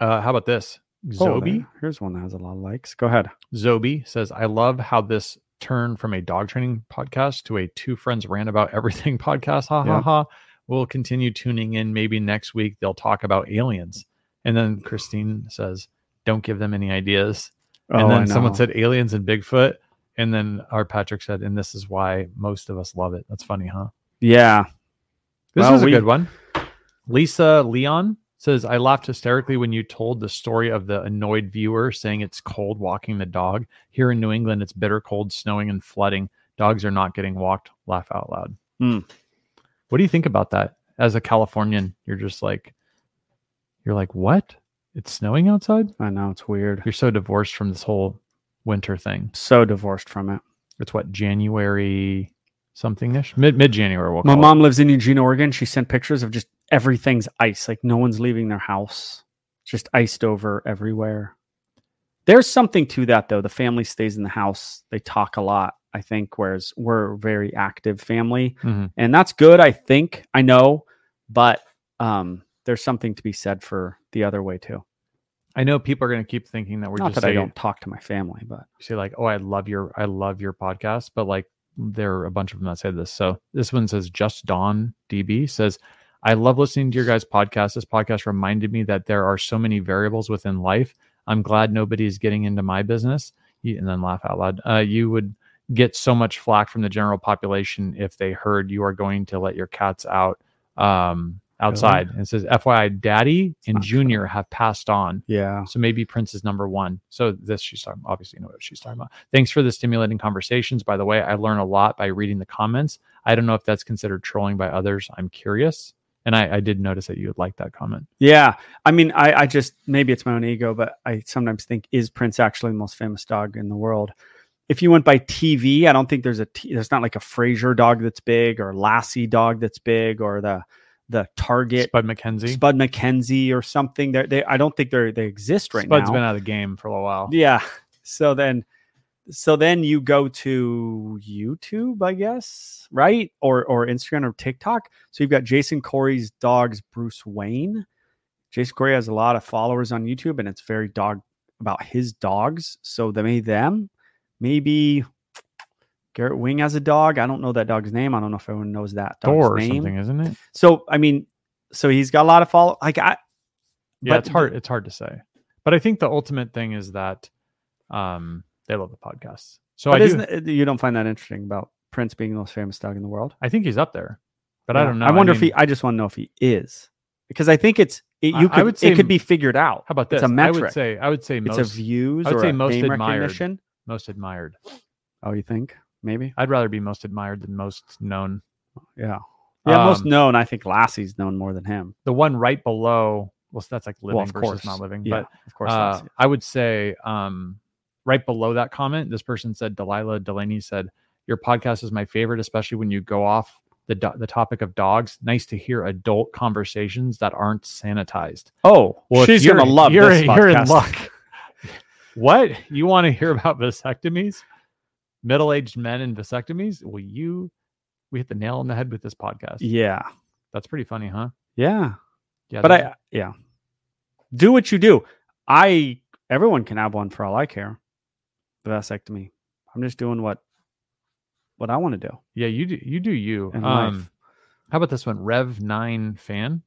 S2: Uh, how about this?
S1: Oh,
S2: Zobi
S1: there- here's one that has a lot of likes. Go ahead.
S2: Zobi says, "I love how this turned from a dog training podcast to a two friends rant about everything podcast. Ha ha
S1: Yeah.
S2: ha! We'll continue tuning in. Maybe next week they'll talk about aliens." And then Christine says, "Don't give them any ideas."
S1: Oh,
S2: and
S1: I
S2: then someone
S1: know.
S2: said aliens and Bigfoot. And then our Patrick said, and this is why most of us love it. That's funny, huh?
S1: Yeah.
S2: This
S1: Well,
S2: is a
S1: we-
S2: good one. Lisa Leon says, I laughed hysterically when you told the story of the annoyed viewer saying it's cold walking the dog. Here in New England, it's bitter cold, snowing, and flooding. Dogs are not getting walked. Laugh out loud.
S1: Hmm.
S2: What do you think about that? As a Californian, you're just like, you're like, what? It's snowing outside?
S1: I know it's weird.
S2: You're so divorced from this whole winter thing.
S1: So divorced from it.
S2: It's what, January something ish? Mid mid January, we'll
S1: My
S2: call it.
S1: mom lives in Eugene, Oregon. She sent pictures of just everything's ice. Like no one's leaving their house. It's Just iced over everywhere. There's something to that though. The family stays in the house. They talk a lot, I think, whereas we're a very active family. Mm-hmm.
S2: Mhm.
S1: And that's good, I think. I know, but um there's something to be said for the other way too.
S2: I know people are going to keep thinking that we're
S1: Not
S2: just
S1: that I
S2: saying-
S1: don't talk to my family, but
S2: say like, "Oh, I love your I love your podcast," but like there are a bunch of them that say this. So this one says Just Dawn DB says, "I love listening to your guys' podcast. This podcast reminded me that there are so many variables within life. I'm glad nobody is getting into my business." You, and then laugh out loud. Uh, you would get so much flack from the general population if they heard you are going to let your cats out um, outside. And it says, "FYI, Daddy and
S1: not true.
S2: Junior have passed on."
S1: yeah.
S2: So maybe Prince is number one. So this she's talking obviously you know what she's talking about. Thanks for the stimulating conversations. By the way, I learn a lot by reading the comments. I don't know if that's considered trolling by others. I'm curious. And I, I did notice that you would like that comment.
S1: Yeah. I mean, I, I just maybe it's my own ego, but I sometimes think is Prince actually the most famous dog in the world? If you went by TV, I don't think there's a t- there's not like a Fraser dog that's big or Lassie dog that's big or the the Target
S2: Spud McKenzie.
S1: Spud McKenzie or something. They're, they I don't think they they exist right
S2: Spud's
S1: now.
S2: been out of the game for a little while.
S1: yeah. So then so then you go to YouTube, I guess, right? Or or Instagram or TikTok. So you've got Jason Corey's dogs, Bruce Wayne. Jason Corey has a lot of followers on YouTube, and it's very dog about his dogs. So they may them, maybe Garrett Wing has a dog. I don't know that dog's name. I don't know if everyone knows that dog's
S2: Thor or
S1: name.
S2: something, isn't it?
S1: So I mean, so he's got a lot of follow. Like I,
S2: Yeah,
S1: But
S2: it's hard. It's hard to say. But I think the ultimate thing is that um they love the podcast. So I
S1: but
S2: do,
S1: isn't it- you don't find that interesting about Prince being the most famous dog in the world?
S2: I think he's up there. But I
S1: Yeah.
S2: don't know.
S1: I wonder if
S2: mean,
S1: he. I just want to know if he is, because I think it's it,
S2: I-
S1: you
S2: I
S1: could.
S2: would say
S1: it could
S2: m-
S1: be figured out.
S2: how about this?
S1: it's a
S2: I would
S1: metric.
S2: say I would say
S1: It's
S2: most
S1: a views
S2: I would
S1: or
S2: say
S1: a
S2: most
S1: name
S2: admired.
S1: recognition.
S2: most admired.
S1: Oh, you think maybe?
S2: I'd rather be most admired than most known.
S1: Yeah. Yeah, most
S2: Um,
S1: known. I think Lassie's known more than him.
S2: The one right below, well, so that's like living
S1: well, of
S2: versus
S1: course,
S2: not living.
S1: Yeah, of
S2: But
S1: course,
S2: uh,
S1: Lassie.
S2: I would say um, right below that comment, this person said, Delilah Delaney said, "Your podcast is my favorite, especially when you go off the do- the topic of dogs. Nice to hear adult conversations that aren't sanitized.
S1: Oh,
S2: well, if
S1: she's gonna
S2: you're-
S1: love
S2: you're-
S1: this
S2: you're in
S1: podcast.
S2: luck. What you want to hear about vasectomies? Middle aged men and vasectomies? Well, you." We hit the nail on the head with this podcast.
S1: Yeah,
S2: That's pretty funny, huh?
S1: yeah.
S2: Yeah.
S1: But
S2: that-
S1: I, yeah. Do what you do. I. Everyone can have one for all I care. The vasectomy. I'm just doing what, what I want to do.
S2: yeah, you do you do you.
S1: And life.
S2: Um how about this one? Rev nine fan?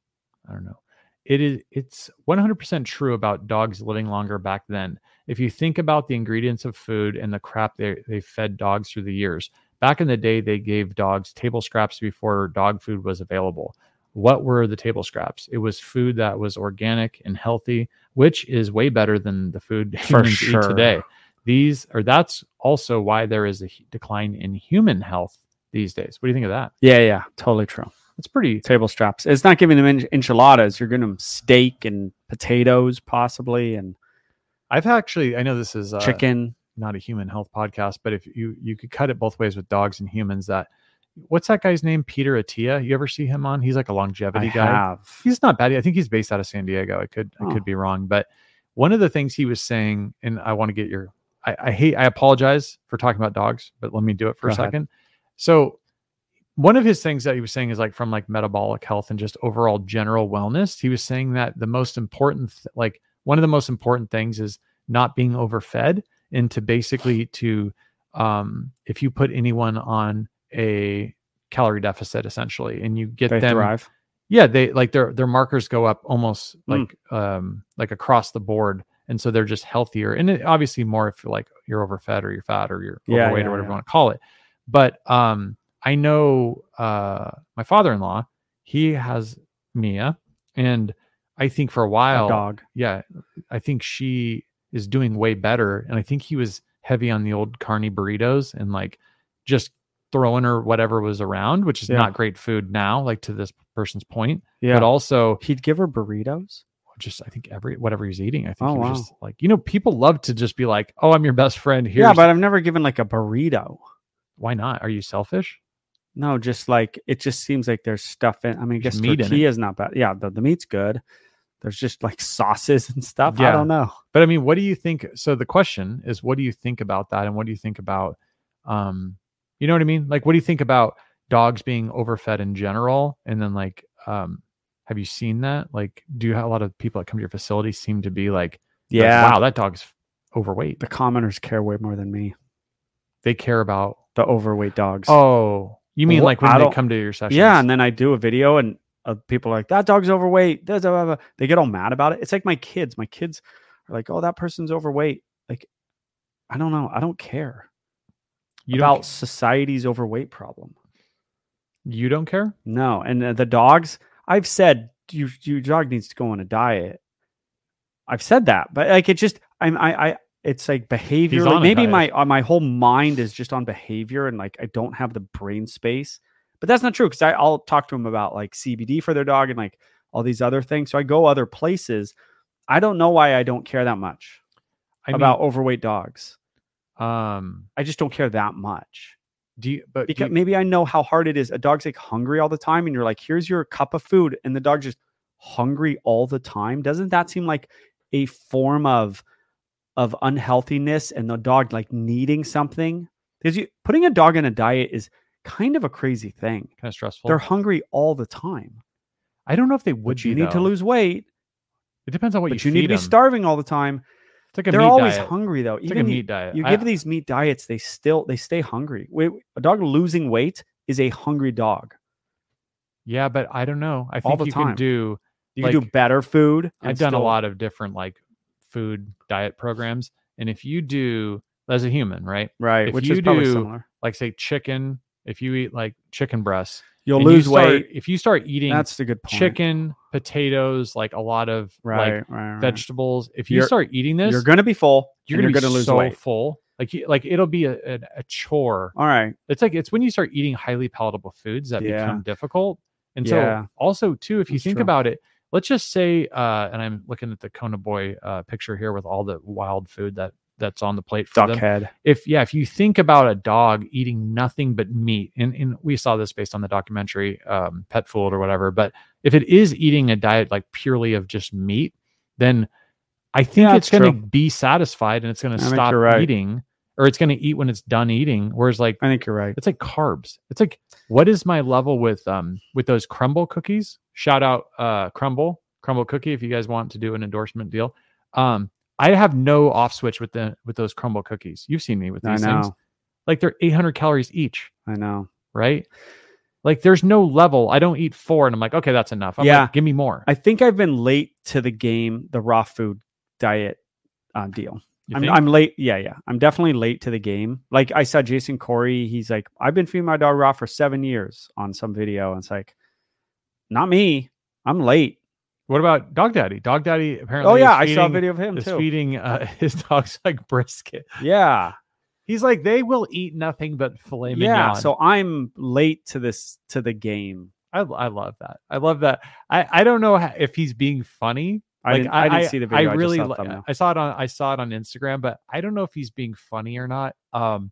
S2: I don't know. It is it's 100 percent true about dogs living longer back then. If you think about the ingredients of food and the crap they, they fed dogs through the years, back in the day they gave dogs table scraps before dog food was available. What were the table scraps? It was food that was organic and healthy, which is way better than the food humans
S1: sure.
S2: eat today. these or that's also why there is a hu- decline in human health these days. What do you think of that?
S1: Yeah, yeah. Totally true.
S2: That's pretty.
S1: table straps. It's not giving them en- enchiladas. You're giving them steak and potatoes, possibly, and
S2: I've actually I know this is uh,
S1: chicken.
S2: not a human health podcast, but if you you could cut it both ways with dogs and humans, that what's that guy's name? Peter Atia. You ever see him on? He's like a
S1: I
S2: longevity guy.
S1: have.
S2: he's not bad. I think he's based out of San Diego. I could I
S1: Oh.
S2: could be wrong, but one of the things he was saying, and I want to get your I, I hate I apologize for talking about dogs, but let me do it
S1: Go
S2: for a
S1: ahead.
S2: second. So one of his things that he was saying is like from like metabolic health and just overall general wellness. He was saying that the most important th- like one of the most important things is not being overfed and to basically to um if you put anyone on a calorie deficit essentially and you get
S1: They
S2: them
S1: thrive.
S2: yeah they like their their markers go up almost
S1: Mm.
S2: like um like across the board and so they're just healthier and it, obviously more if you're like you're overfed or you're fat or you're
S1: Yeah,
S2: overweight
S1: yeah,
S2: or whatever
S1: yeah.
S2: you want to call it but um i know uh my father-in-law he has mia and i think for a
S1: A
S2: while
S1: dog.
S2: yeah i think she is doing way better and i think he was heavy on the old carne burritos and like just throwing her whatever was around which is
S1: Yeah.
S2: not great food now like to this person's point
S1: Yeah.
S2: but also
S1: He'd give her burritos.
S2: just i think every whatever he's eating i think
S1: Oh,
S2: he was
S1: wow.
S2: just like you know people love to just be like oh i'm your best friend here
S1: yeah, but I've never given like a burrito.
S2: why not are you selfish
S1: No, just like it just seems like there's stuff in. I mean, I
S2: There's
S1: guess
S2: meat in it.
S1: tortilla is not bad. Yeah, the, the meat's good. There's just like sauces and stuff.
S2: Yeah.
S1: I don't know.
S2: but i mean what do you think so the question is what do you think about that and what do you think about um you know what i mean like what do you think about dogs being overfed in general and then like um have you seen that like do you have a lot of people that come to your facility seem to be like like,
S1: Yeah,
S2: wow that dog's overweight
S1: the commoners care way more than me.
S2: they care about
S1: The overweight dogs.
S2: oh you mean
S1: Wha-
S2: like when
S1: I
S2: they
S1: don't-
S2: come to your session
S1: yeah, and then I do a video, and uh, people are like, "That dog's overweight." That's- blah, blah, blah." They get all mad about it. It's like my kids. My kids are like, "Oh, that person's overweight." Like, I don't know. I don't care
S2: you
S1: about
S2: don't
S1: society's overweight problem.
S2: you don't care
S1: No, and uh, the dogs. I've said you your dog needs to go on a diet. I've said that, but like it just I'm I I it's like behavior.
S2: on a
S1: maybe
S2: diet.
S1: my uh, my whole mind is just on behavior, and like I don't have the brain space. But that's not true because I'll talk to them about like CBD for their dog and like all these other things. So I go other places. I don't know why I don't care that much
S2: I
S1: about overweight dogs.
S2: mean, um
S1: I just don't care that much
S2: do you but do
S1: because
S2: you-
S1: maybe I know how hard it is. A dog's like hungry all the time, and you're like, here's your cup of food, and the dog's just hungry all the time. Doesn't that seem like a form of of unhealthiness and the dog like needing something? Because you putting a dog on a diet is kind of a crazy thing.
S2: kind of stressful
S1: They're hungry all the time.
S2: i don't know if they would
S1: But
S2: be
S1: you need to
S2: though.
S1: lose weight,
S2: it depends on what
S1: but
S2: you,
S1: you need to
S2: feed
S1: be
S2: 'em.
S1: starving all the time.
S2: it's like a
S1: They're
S2: meat
S1: always
S2: diet.
S1: hungry though.
S2: It's like a
S1: the-
S2: meat diet.
S1: you
S2: I-
S1: give these meat diets, they still they stay hungry. Wait, a dog losing weight is a hungry dog.
S2: yeah, but I don't know. I
S1: all
S2: think
S1: the
S2: you can
S1: time.
S2: do.
S1: You can do
S2: Like,
S1: better food. and
S2: I've done a
S1: still-
S2: lot of different like food diet programs, and if you do as a human, right?
S1: right?
S2: if
S1: which
S2: you
S1: is probably
S2: do-
S1: similar.
S2: Like say chicken. If you eat like chicken breasts,
S1: You'll
S2: and you
S1: lose
S2: start-
S1: weight.
S2: If you start eating
S1: That's the good point.
S2: chicken, potatoes, like a lot of
S1: right?
S2: like
S1: right, right.
S2: vegetables, if you
S1: You're-
S2: start eating this,
S1: You're going to be full.
S2: you're
S1: and
S2: gonna, be
S1: gonna lose
S2: so
S1: weight.
S2: full. Like you, like it'll be a, a, a chore
S1: All right.
S2: it's like it's when you start eating highly palatable foods that
S1: Yeah.
S2: become difficult and
S1: Yeah.
S2: so also too if you
S1: That's
S2: think
S1: true.
S2: about it let's just say uh and i'm looking at the kona boy uh picture here with all the wild food that that's on the plate for
S1: Duck
S2: them
S1: head.
S2: if yeah if you think about a dog eating nothing but meat and, and we saw this based on the documentary um, pet food or whatever but if it is eating a diet like purely of just meat then i think
S1: Yeah,
S2: it's
S1: that's
S2: going to
S1: true.
S2: be satisfied and it's going
S1: I
S2: to
S1: think
S2: stop
S1: you're right.
S2: eating or it's going to eat when it's done eating whereas like
S1: I think you're right.
S2: it's like carbs it's like what is my level with um with those crumble cookies shout out uh crumble crumble cookie if you guys want to do an endorsement deal um i have no off switch with the with those crumble cookies you've seen me with
S1: I
S2: these
S1: know.
S2: things like they're 800 calories each
S1: I know.
S2: right like there's no level i don't eat four and i'm like okay that's enough I'm
S1: Yeah.
S2: like, give me more
S1: I think I've been late to the game, the raw food diet uh, deal.
S2: You
S1: I'm,
S2: think?
S1: I'm late. Yeah, yeah. I'm definitely late to the game. Like I saw Jason Corey. He's like, I've been feeding my dog raw for seven years on some video. And it's like, not me. I'm late.
S2: what about dog daddy dog daddy apparently
S1: Oh yeah,
S2: is
S1: I saw a
S2: feeding-
S1: video of him
S2: is
S1: too.
S2: feeding uh, his dogs like brisket
S1: Yeah.
S2: he's like they will eat nothing but filet mignon
S1: yeah so i'm late to this to the game
S2: I, I love that. I love that. I, I don't know how, if he's being funny.
S1: i didn't, I, didn't see the video
S2: I
S1: i,
S2: really
S1: just saw the
S2: li- uh,
S1: thumbnail.
S2: I saw it on I saw it on Instagram, but I don't know if he's being funny or not. Um,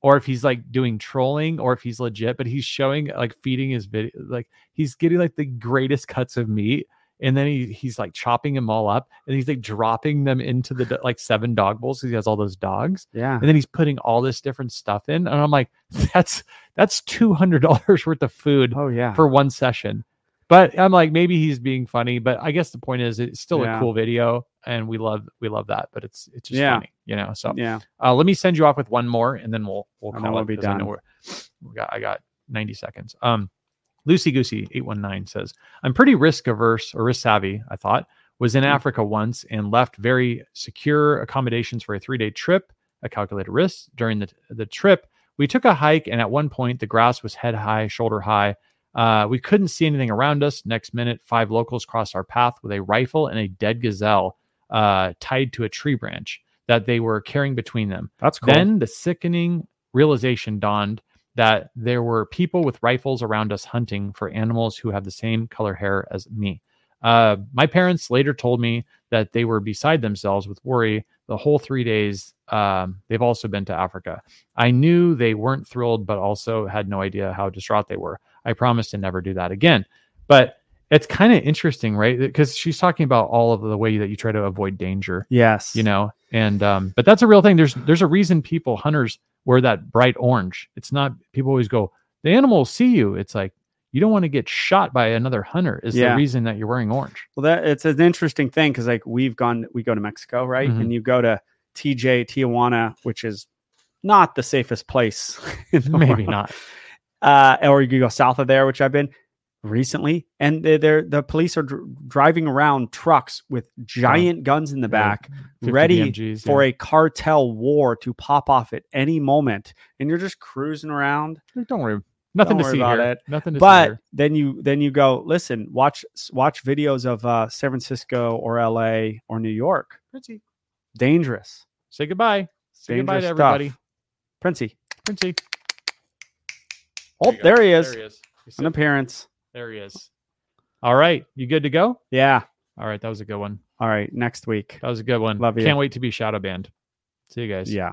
S2: or if he's like doing trolling, or if he's legit. But he's showing like feeding his video, like he's getting like the greatest cuts of meat, and then he he's like chopping them all up, and he's like dropping them into the do- like seven dog bowls because he has all those dogs,
S1: yeah
S2: and then he's putting all this different stuff in, and I'm like, that's that's two hundred dollars worth of food
S1: oh yeah
S2: for one session. But I'm like, maybe he's being funny. But I guess the point is, it's still a
S1: Yeah.
S2: cool video, and we love we love that. But it's it's just
S1: Yeah.
S2: funny, you know. So
S1: yeah
S2: uh, let me send you off with one more, and then we'll we'll
S1: And then
S2: call
S1: we'll
S2: it
S1: be
S2: 'cause I know
S1: done.
S2: we're- we got I got 90 seconds. Um, Lucy Goosey 819 says, I'm pretty risk averse or risk savvy. I thought was
S1: Hmm.
S2: in Africa once and left very secure accommodations for a three day trip, a calculated risk. During the, the trip, we took a hike, and at one point, the grass was head high, shoulder high. Uh, we couldn't see anything around us. Next minute, five locals crossed our path with a rifle and a dead gazelle uh, tied to a tree branch that they were carrying between them.
S1: That's cool.
S2: Then the sickening realization dawned that there were people with rifles around us hunting for animals who have the same color hair as me. Uh, my parents later told me that they were beside themselves with worry the whole three days. Um, they've also been to Africa. I knew they weren't thrilled, but also had no idea how distraught they were. I promised to never do that again. But it's kind of interesting, right? Because she's talking about all of the way that you try to avoid danger,
S1: yes.
S2: you know. And um, but that's a real thing. There's there's a reason people hunters wear that bright orange. It's not people always go the animal will see you. It's like you don't want to get shot by another hunter. Is
S1: Yeah.
S2: the reason that you're wearing orange?
S1: Well, that it's an interesting thing because like we've gone, we go to Mexico, right?
S2: Mhm.
S1: And you go to TJ Tijuana, which is not the safest place. in the
S2: Maybe
S1: world.
S2: not.
S1: Uh, or you could go south of there, which I've been recently, and they- they're, the police are dr- driving around trucks with giant guns in the back,
S2: 50
S1: ready
S2: BMGs,
S1: for
S2: yeah.
S1: a cartel war to pop off at any moment, and you're just cruising around.
S2: Don't worry. Nothing
S1: Don't
S2: to
S1: worry
S2: see
S1: about
S2: here.
S1: it.
S2: Nothing to see
S1: but
S2: here.
S1: then you then you go listen watch watch videos of uh san francisco or la or new york
S2: Princey,
S1: dangerous
S2: say goodbye. Say goodbye
S1: dangerous
S2: to everybody.
S1: stuff princey
S2: Princey.
S1: oh
S2: you go.
S1: there he is
S2: There he is. He
S1: an
S2: said-
S1: appearance
S2: there he is. All right. You good to go?
S1: yeah
S2: All right. That was a good one.
S1: all right next week
S2: That was a good one.
S1: Love you.
S2: Can't wait to be shadow banned. See you guys.
S1: yeah